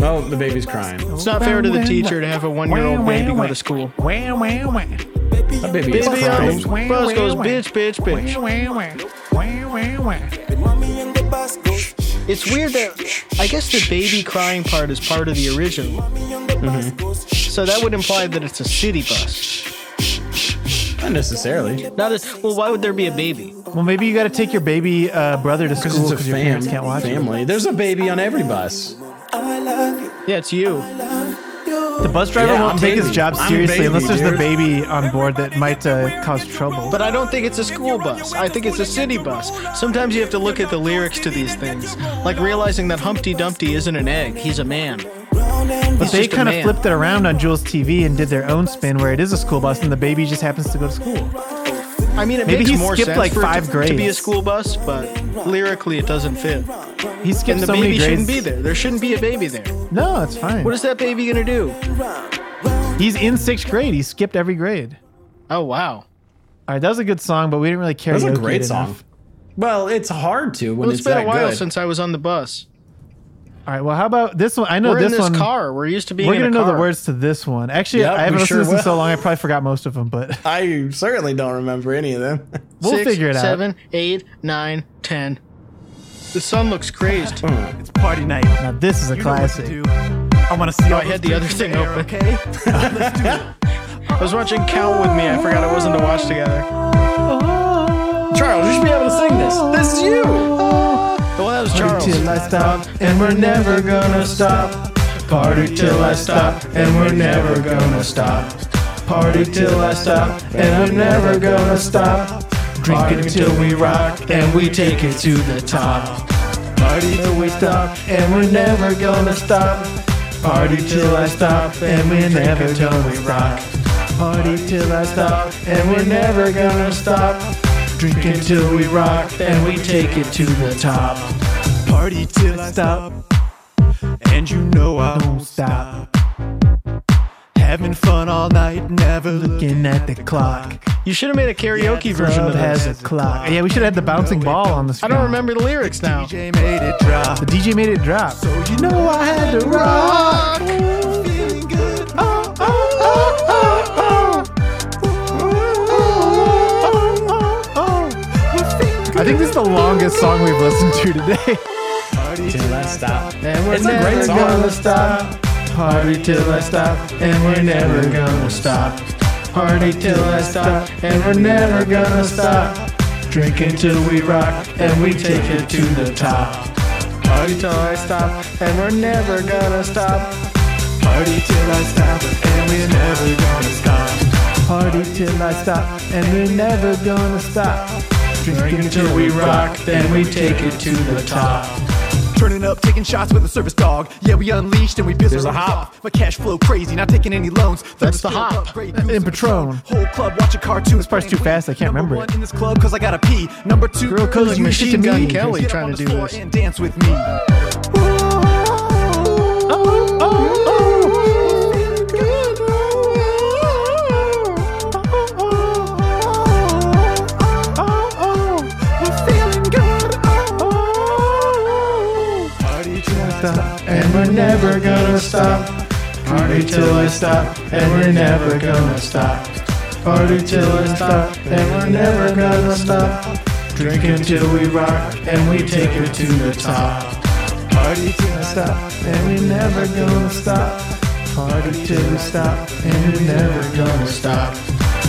S2: Oh, the baby's crying.
S1: It's not fair to the teacher to have a one-year-old baby go to school.
S3: Wah, wah, wah.
S2: That baby is
S1: Baby on
S2: crying.
S1: the bus goes bitch bitch bitch.
S3: Wah, wah, wah, wah, wah.
S1: It's weird that I guess the baby crying part is part of the original.
S3: Mm-hmm.
S1: So that would imply that it's a city bus.
S2: Not necessarily.
S1: Not as well. Why would there be a baby?
S3: Well, maybe you got to take your baby uh, brother to
S2: Because
S3: school
S2: it's
S3: because
S2: a
S3: your
S2: fam-
S3: parents can't watch it.
S2: family. There's a baby on every bus.
S1: Yeah, it's you.
S3: The bus driver
S2: Yeah,
S3: won't
S2: I'm
S3: take his
S2: baby.
S3: job
S2: I'm
S3: seriously
S2: baby,
S3: unless there's the
S2: dude.
S3: baby on board that might uh, cause trouble.
S1: But I don't think it's a school bus. I think it's a city bus. Sometimes you have to look at the lyrics to these things, like realizing that Humpty Dumpty isn't an egg; he's a man.
S3: But they
S1: just a
S3: kind of
S1: man.
S3: flipped it around on Jules TV and did their own spin where it is a school bus and the baby just happens to go to school.
S1: I mean, it
S3: Maybe
S1: makes
S3: he
S1: more
S3: skipped,
S1: sense
S3: like,
S1: for it
S3: five
S1: to, to be a
S3: grades.
S1: school bus, but lyrically it doesn't fit.
S3: He skipped
S1: And the
S3: so many
S1: baby
S3: grades.
S1: shouldn't be there. There shouldn't be a baby there.
S3: No, it's fine.
S1: What is that baby gonna do?
S3: He's in sixth grade. He skipped every grade.
S1: Oh wow.
S3: All right, that was a good song, but we didn't really care.
S2: That's a great song. Well, it's hard to when
S1: Well,
S2: it's
S1: it's been
S2: that
S1: a while
S2: good.
S1: since I was on the bus.
S3: All right, well, how about this one? I know
S1: We're
S3: this,
S1: in this
S3: one.
S1: car. We're used to being
S3: We're
S1: in
S3: gonna
S1: a
S3: know the
S1: car.
S3: words to this one. Actually,
S2: Yep,
S3: I haven't
S2: we
S3: listened
S2: sure
S3: to this in so
S2: will.
S3: long. I probably forgot most of them, but
S2: I certainly don't remember any of them.
S3: we'll
S1: Six,
S3: figure it out.
S1: Seven, eight, nine, ten. The sun looks crazed.
S9: It's party night.
S3: Now this is a
S9: You know what to
S3: classic.
S9: do. I want to see.
S1: Oh,
S9: all
S1: I had
S9: those
S1: the other
S9: drinks in
S1: thing
S9: air,
S1: open.
S9: Okay. Let's do it.
S1: I was watching Count with me. I forgot it wasn't to watch together.
S2: Charles, you should be able to sing this. This is you.
S1: Well, that was
S3: Party
S1: Charles.
S3: till I stop, and we're never gonna stop. Party till I stop, and we're never gonna stop. Party till I stop, and I'm never gonna stop. Drink it till we rock, and we take it to the top. Party till we stop, and we're never gonna stop. Party till I stop, and we're never gonna rock. Party till I stop, and we're never gonna stop. Drink it till we rock, and we take it to the top.
S9: Party till I stop. And you know I won't stop. Having fun all night, never looking at the clock.
S1: You should have made a karaoke version of
S9: that's-
S1: this.
S3: has a clock. Yeah, we should have the bouncing ball on the
S1: I
S3: screen.
S1: don't remember the lyrics now.
S9: DJ made it drop.
S3: The DJ made it drop.
S9: So you know I had to rock. Feeling good. Oh, oh, oh, oh, oh. Oh, oh, oh, oh.
S3: I think this is the longest song we've listened to today.
S2: Till I stop.
S1: And we're
S2: It's a great song.
S1: stop. Party till I stop, and we're never gonna stop. Party till I stop, and we're never gonna stop. Drink until we rock, and we take it to the top. Party till I stop, and we're never gonna stop.
S9: Party till I stop, and we're never gonna stop.
S3: Party till I stop, and we're never gonna stop.
S1: Drink until we rock, then we take it to the top.
S9: Turning up, taking shots with a service dog. Yeah, we unleashed and we pissed
S2: There's a
S9: ourselves
S2: hop.
S9: off. My cash flow crazy, not taking any loans.
S1: That's the hop.
S3: In Patron.
S9: Whole club watching cartoons. This
S3: part's too fast, I can't
S9: Number
S3: remember it.
S9: one in this club cause I gotta pee. Number two,
S1: Girl, 'cause you
S9: you
S1: shit
S9: see
S1: and gun
S9: me.
S1: Kelly
S9: Get up
S1: trying
S9: on
S1: to
S9: the
S1: do
S9: floor
S1: this.
S9: And dance with me.
S1: And we're never gonna stop. Party till I stop, and we're never gonna stop. Party till I stop, and we're never gonna stop. Drink until we rock, and we take it to the top. Party till I stop, and we're never gonna stop. Party till we stop, and we're never gonna stop.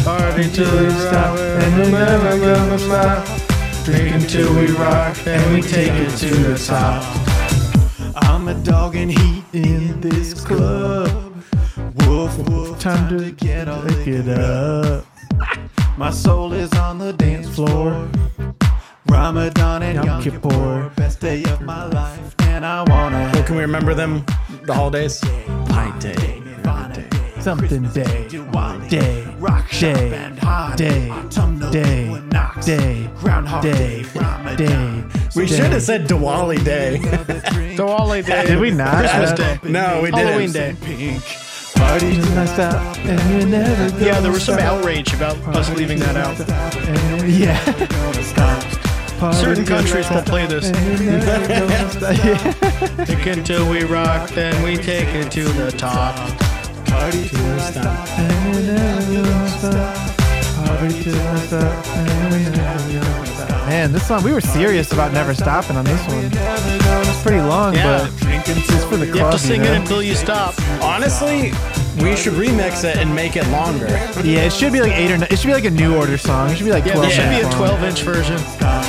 S1: Party till we stop, and we're never gonna stop. Drink until we rock, and we take it to the top.
S9: I'm a dog and heat in this club. Woof woof, time to get all liquored up. My soul is on the dance floor. Ramadan and Yom Kippur, best day of my life, and I wanna
S2: Well, can we remember them? The holidays. Pint day.
S3: Something day. Day.
S9: rock shop
S3: Day.
S9: and holiday.
S3: Day.
S9: Autumnal
S3: Day.
S9: equinox.
S3: Day.
S9: Groundhog
S3: Day.
S9: Day, Ramadan.
S3: Day.
S2: We
S3: Day.
S2: should have said Diwali day.
S1: Diwali Day.
S3: Did we not?
S1: Christmas
S3: Uh,
S1: Day.
S2: no, we didn't.
S1: Halloween Day.
S9: Pink. Party till I stop, and we're never gonna
S1: Yeah, there was some outrage about us leaving that out.
S9: stop, and we're
S3: Yeah.
S9: gonna stop.
S1: Certain countries will play this. Drink until we rock, then we take it to the top.
S9: Party till I stop, and we're never gonna stop. Party till I stop, and we're never gonna stop.
S3: Man, this song, we were serious about never stopping on this one. It's pretty long,
S1: Yeah.
S3: but it's for the club.
S1: You have to sing
S3: you
S1: it
S3: know?
S1: until you stop.
S2: Honestly, we should remix it and make it longer.
S3: Yeah, it should be like eight or nine. It should be like a new order song. It should be like
S1: Yeah,
S3: 12
S1: there should be a
S3: minutes long.
S1: 12 inch version.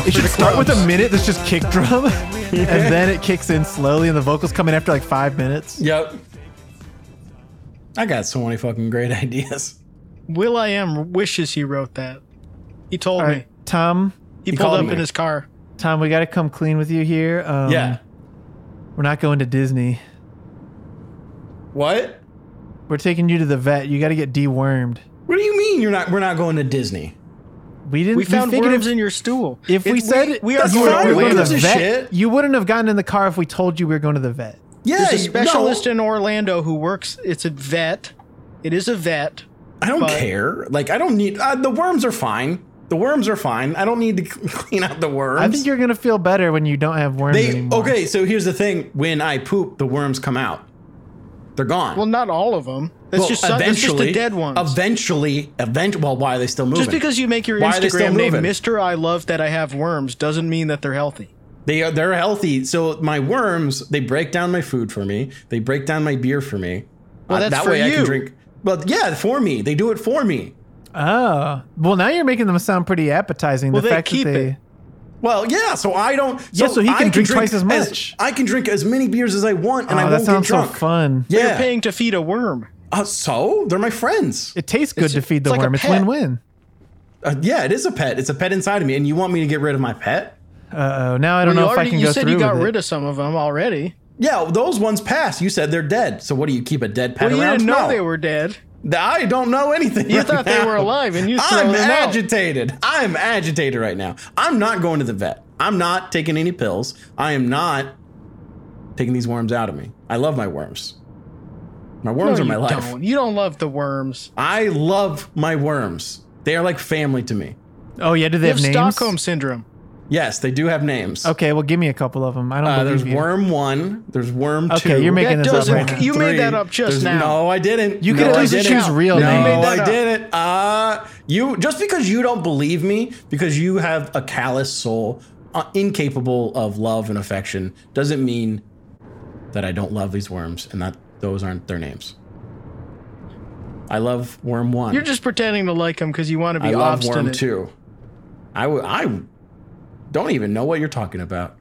S3: It should
S1: the
S3: start with a
S1: clubs.
S3: minute that's just kick drum, and then it kicks in slowly, and the vocals come in after like five minutes.
S2: Yep. I got so many fucking great ideas.
S1: Will I Am wishes he wrote that. He told
S3: All
S1: me.
S3: right, Tom,
S1: He,
S2: He
S1: pulled
S2: called
S1: up
S2: me.
S1: in his car.
S3: Tom, we got to come clean with you here. Um,
S2: yeah.
S3: we're not going to Disney.
S2: What?
S3: We're taking you to the vet. You got to get dewormed.
S2: What do you mean you're not? We're not going to Disney?
S3: We didn't.
S1: We found
S3: figured
S1: worms
S3: if,
S1: in your stool.
S3: if we
S1: It-
S3: said
S1: we are
S2: that's
S1: going
S2: fine.
S1: to
S3: we were
S2: Who
S3: going
S2: gives
S3: to the
S2: a
S3: vet,
S2: shit?
S3: you wouldn't have gotten in the car if we told you we were going to the vet.
S2: Yeah.
S1: There's a
S2: you-
S1: specialist
S2: no,
S1: in Orlando who works. It's a vet. It is a vet.
S2: I don't
S1: but-
S2: care. Like I don't need. Uh, the worms are fine. The worms are fine. I don't need to clean out the worms.
S3: I think you're going to feel better when you don't have worms
S2: They
S3: anymore.
S2: okay. So here's the thing: when I poop, the worms come out. They're gone.
S1: Well, not all of them. That's
S2: Well,
S1: just some, that's just the dead ones.
S2: Eventually, event. Well, why are they still moving?
S1: Just because you make your
S2: Why are they still
S1: Instagram name
S2: moving?
S1: Mr. I Love That I Have Worms doesn't mean that they're healthy.
S2: They are, they're healthy. So my worms, they break down my food for me. They break down my beer for me. Uh,
S1: Well, that's
S2: that
S1: for
S2: way I
S1: you.
S2: can drink. But yeah, for me. They do it for me.
S3: Oh, well, now you're making them sound pretty appetizing.
S1: Well,
S3: the
S1: they
S3: fact
S1: keep
S3: that they,
S1: it.
S2: Well, yeah, so I don't.
S3: Yeah, so he
S2: I
S3: can drink twice as much.
S2: I can drink as many beers as I want, and
S3: Oh,
S2: I
S3: that
S2: won't
S3: sounds
S2: get
S3: so
S2: drunk.
S3: fun.
S2: Yeah.
S1: You're paying to feed a worm.
S2: Uh, so they're my friends.
S3: It tastes good
S1: It's-
S3: to feed
S1: it's
S3: the
S1: like a
S3: worm. It's
S1: pet.
S3: win-win.
S2: Uh, yeah, it is a pet. It's a pet inside of me, and you want me to get rid of my pet?
S3: Uh oh. Now I don't
S1: you
S3: know if I
S1: already-
S3: can
S1: you
S3: go
S1: said
S3: through
S1: you got
S3: with
S1: rid
S3: it.
S1: of some of them already.
S2: Yeah, those ones passed. You said they're dead. So what do you keep a dead pet
S1: Well, you
S2: around?
S1: didn't know
S2: No.
S1: they were dead.
S2: Th- I don't know anything.
S1: You
S2: right
S1: thought they
S2: now.
S1: were alive, and you threw
S2: I'm
S1: them out.
S2: agitated. I'm agitated right now. I'm not going to the vet. I'm not taking any pills. I am not taking these worms out of me. I love my worms. My worms
S1: no,
S2: are my
S1: you
S2: life.
S1: Don't. You don't love the worms.
S2: I love my worms. They are like family to me.
S3: Oh yeah, do they
S1: You
S3: have,
S1: have
S3: names?
S1: Stockholm syndrome.
S2: Yes, they do have names.
S3: Okay, well, give me a couple of them. I don't.
S2: Uh,
S3: believe
S2: there's
S3: you.
S2: worm one. There's worm two.
S3: Okay, you're making
S1: That
S3: this up.
S1: doesn't-
S3: Right now.
S1: you made that up just
S2: There's-
S1: now.
S2: No, I didn't.
S3: You
S2: no,
S3: could at
S2: I
S3: least
S2: didn't.
S3: choose real
S2: no,
S3: names. You
S1: made that
S2: I
S1: up.
S2: didn't. Uh, you just because you don't believe me, because you have a callous soul, uh, incapable of love and affection, doesn't mean that I don't love these worms and that those aren't their names. I love worm one.
S1: You're just pretending to like them because you want to be
S2: I love
S1: obstinate.
S2: worm two. I w- I w- don't even know what you're talking about.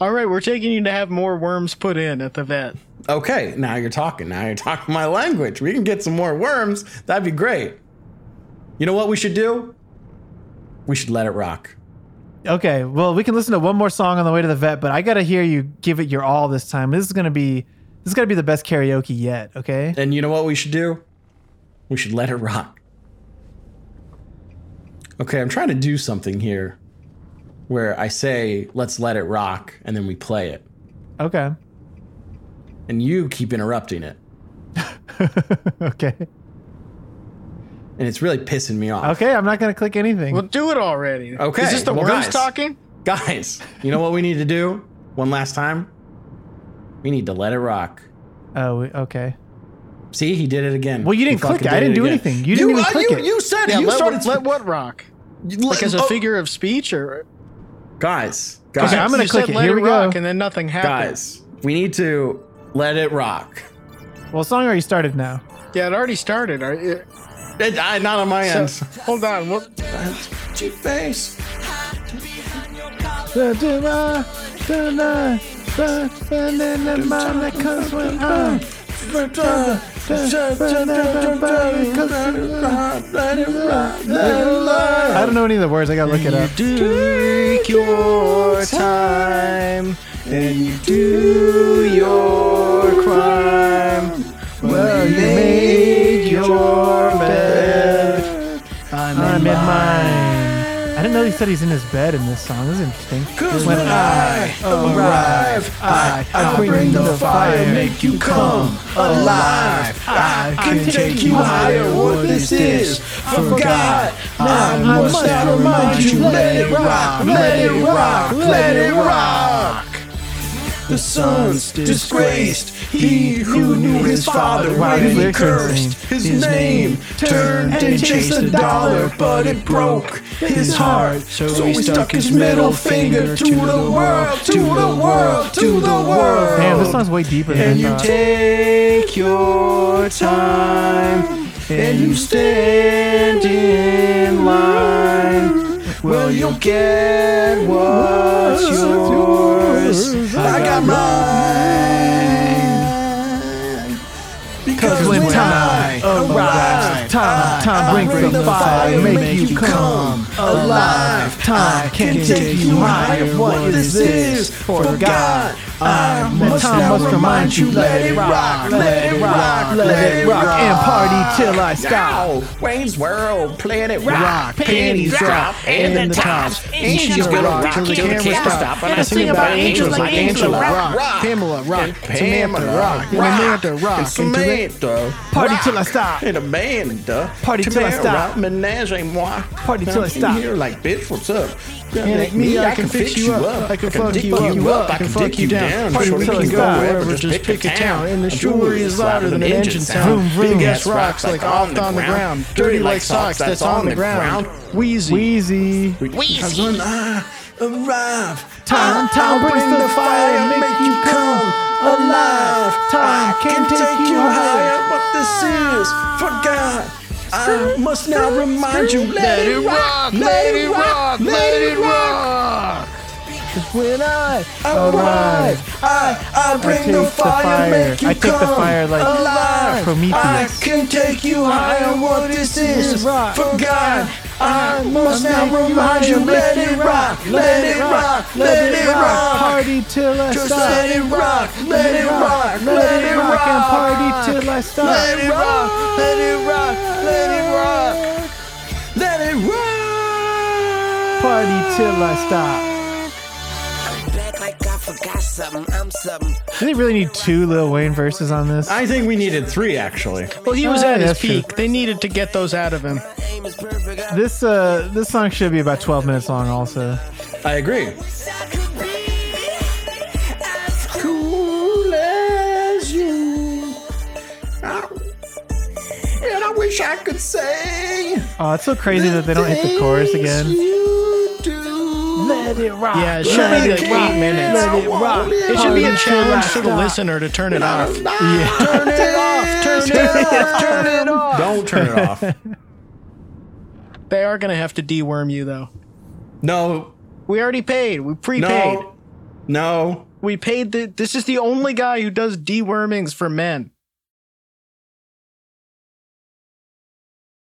S1: All right, we're taking you to have more worms put in at the vet.
S2: Okay, now you're talking. Now you're talking my language. We can get some more worms. That'd be great. You know what we should do? We should let it rock.
S3: Okay, well, we can listen to one more song on the way to the vet, but I gotta hear you give it your all this time. This is gonna be, this is gonna be the best karaoke yet. Okay.
S2: And you know what we should do? We should let it rock. Okay, I'm trying to do something here where I say, let's let it rock, and then we play it.
S3: Okay.
S2: And you keep interrupting it.
S3: okay.
S2: And it's really pissing me off.
S3: Okay. I'm not gonna click anything.
S1: Well, do it already.
S2: Okay,
S1: Is this the
S2: well,
S1: worms
S2: guys.
S1: talking?
S2: Guys, you know what we need to do? One last time? We need to let it rock.
S3: oh, we- okay.
S2: See, he did it again.
S3: Well, you
S2: He
S3: didn't click
S2: fucking
S3: it. I
S2: it
S3: didn't do
S2: again.
S3: anything. You didn't even
S2: uh,
S3: click
S2: you,
S3: it.
S2: You said
S1: Yeah,
S2: it. You
S1: let,
S2: started.
S1: what, let what rock?
S2: you- let-
S1: Like as a
S2: oh,
S1: figure of speech, or
S2: Guys, guys,
S3: Okay, I'm gonna
S1: you
S3: click
S1: said
S3: it.
S1: Let
S3: Here
S1: it
S3: we go.
S1: rock, and then nothing happened.
S2: guys. We need to let it rock.
S3: Well, song already started now.
S1: Yeah, it already started. Are- it-
S2: It, I, not on my end.
S1: Hold on. What,
S2: Cheap face.
S3: I don't know any of the words. I gotta look it up.
S2: Take your time and you do your crime. Well, you made your bed.
S3: I'm in mine. I didn't know he said he's in his bed in this song. This is interesting. when I
S2: arrive,
S3: I, I
S2: bring the fire, make you come alive.
S3: I
S2: Can take you higher. What this is, forgot. I must not remind you. Let it rock, let it rock, let it rock. The son's disgraced. He who knew his father
S3: Wow,
S2: when
S3: these
S2: he
S3: lyrics are
S2: cursed
S3: insane.
S2: his name, turned and chased a dollar, but it broke his heart. So he stuck his middle finger to the world, to the world, to the world.
S3: Damn, this song's way deeper than
S2: And you
S3: I thought.
S2: take your time and you stand in line. Well, you'll get what's yours. I got mine. Because when time arrives,
S3: time, time
S2: I bring the fire, make you come alive. Time can take you higher. What is this for God? I must
S3: time
S2: now
S3: must
S2: remind you. Let it rock, let it rock, let it rock, and party till I stop. Wayne's World, planet rock, panties drop, and the tops. Angels gonna rock till the camera stop. And I sing about angels like Angela Rock, Pamela Rock, Samantha Rock, Samantha Rock, and Samantha.
S3: Party till I stop.
S2: And Amanda.
S3: Party till I
S2: Tamara,
S3: stop.
S2: Menage a moi.
S3: Party till I
S2: I'm in
S3: stop.
S2: Here like, bitch, what's up?
S1: Yeah, like me, I can fix you up. I can fuck
S2: dick
S1: you up. I can fuck
S2: dick
S1: you down. Party
S2: Shorty
S1: till I
S2: can
S1: stop. Wherever, just pick a town. And the jewelry is louder than an engine sound. Big ass rocks like off on the ground. Dirty like socks that's on the ground. Wheezy.
S3: Wheezy.
S2: Because when I arrive,
S3: Time, time brings the fire, make you come alive. Time can take you higher.
S2: but this is for God. I must now remind you, let it rock, let it rock, let it rock.
S3: When I
S2: Arrive, I, I bring
S3: take
S2: the
S3: the
S2: fire,
S3: fire.
S2: make you
S3: I take the
S2: come
S3: fire like
S2: alive. I
S3: Prometheus.
S2: can take you higher, what this is
S3: rock.
S2: for God. I must
S3: I
S2: now
S3: make you
S2: remind you,
S3: higher,
S2: let it
S3: make you
S2: rock,
S3: rock,
S2: let it rock, let it rock.
S3: Party till I
S2: Just
S3: stop.
S2: let it rock, let it rock, let it rock.
S3: and party till I stop.
S2: Let it rock, let it rock, let it rock. Let it rock.
S3: party till I stop.
S6: Back like I forgot something. I'm something.
S3: Do they really need two Lil Wayne verses on this?
S2: I think we needed three actually.
S1: Well, he was
S3: Ah,
S1: at his
S3: that's true.
S1: peak. They needed to get those out of him.
S3: This uh, this song should be about 12 minutes long. Also,
S2: I agree. And I wish I could say
S3: oh, it's so crazy that they don't hit the chorus again.
S2: You do. Let it rock.
S1: Yeah, it should be like eight minutes.
S2: it rock.
S1: It should be a challenge to the listener to turn it off.
S2: Turn it off. Turn it off. Turn it off. Don't turn it off.
S1: They are going to have to deworm you, though.
S2: No.
S1: We already paid. We prepaid.
S2: No. No.
S1: We paid the. This is the only guy who does dewormings for men.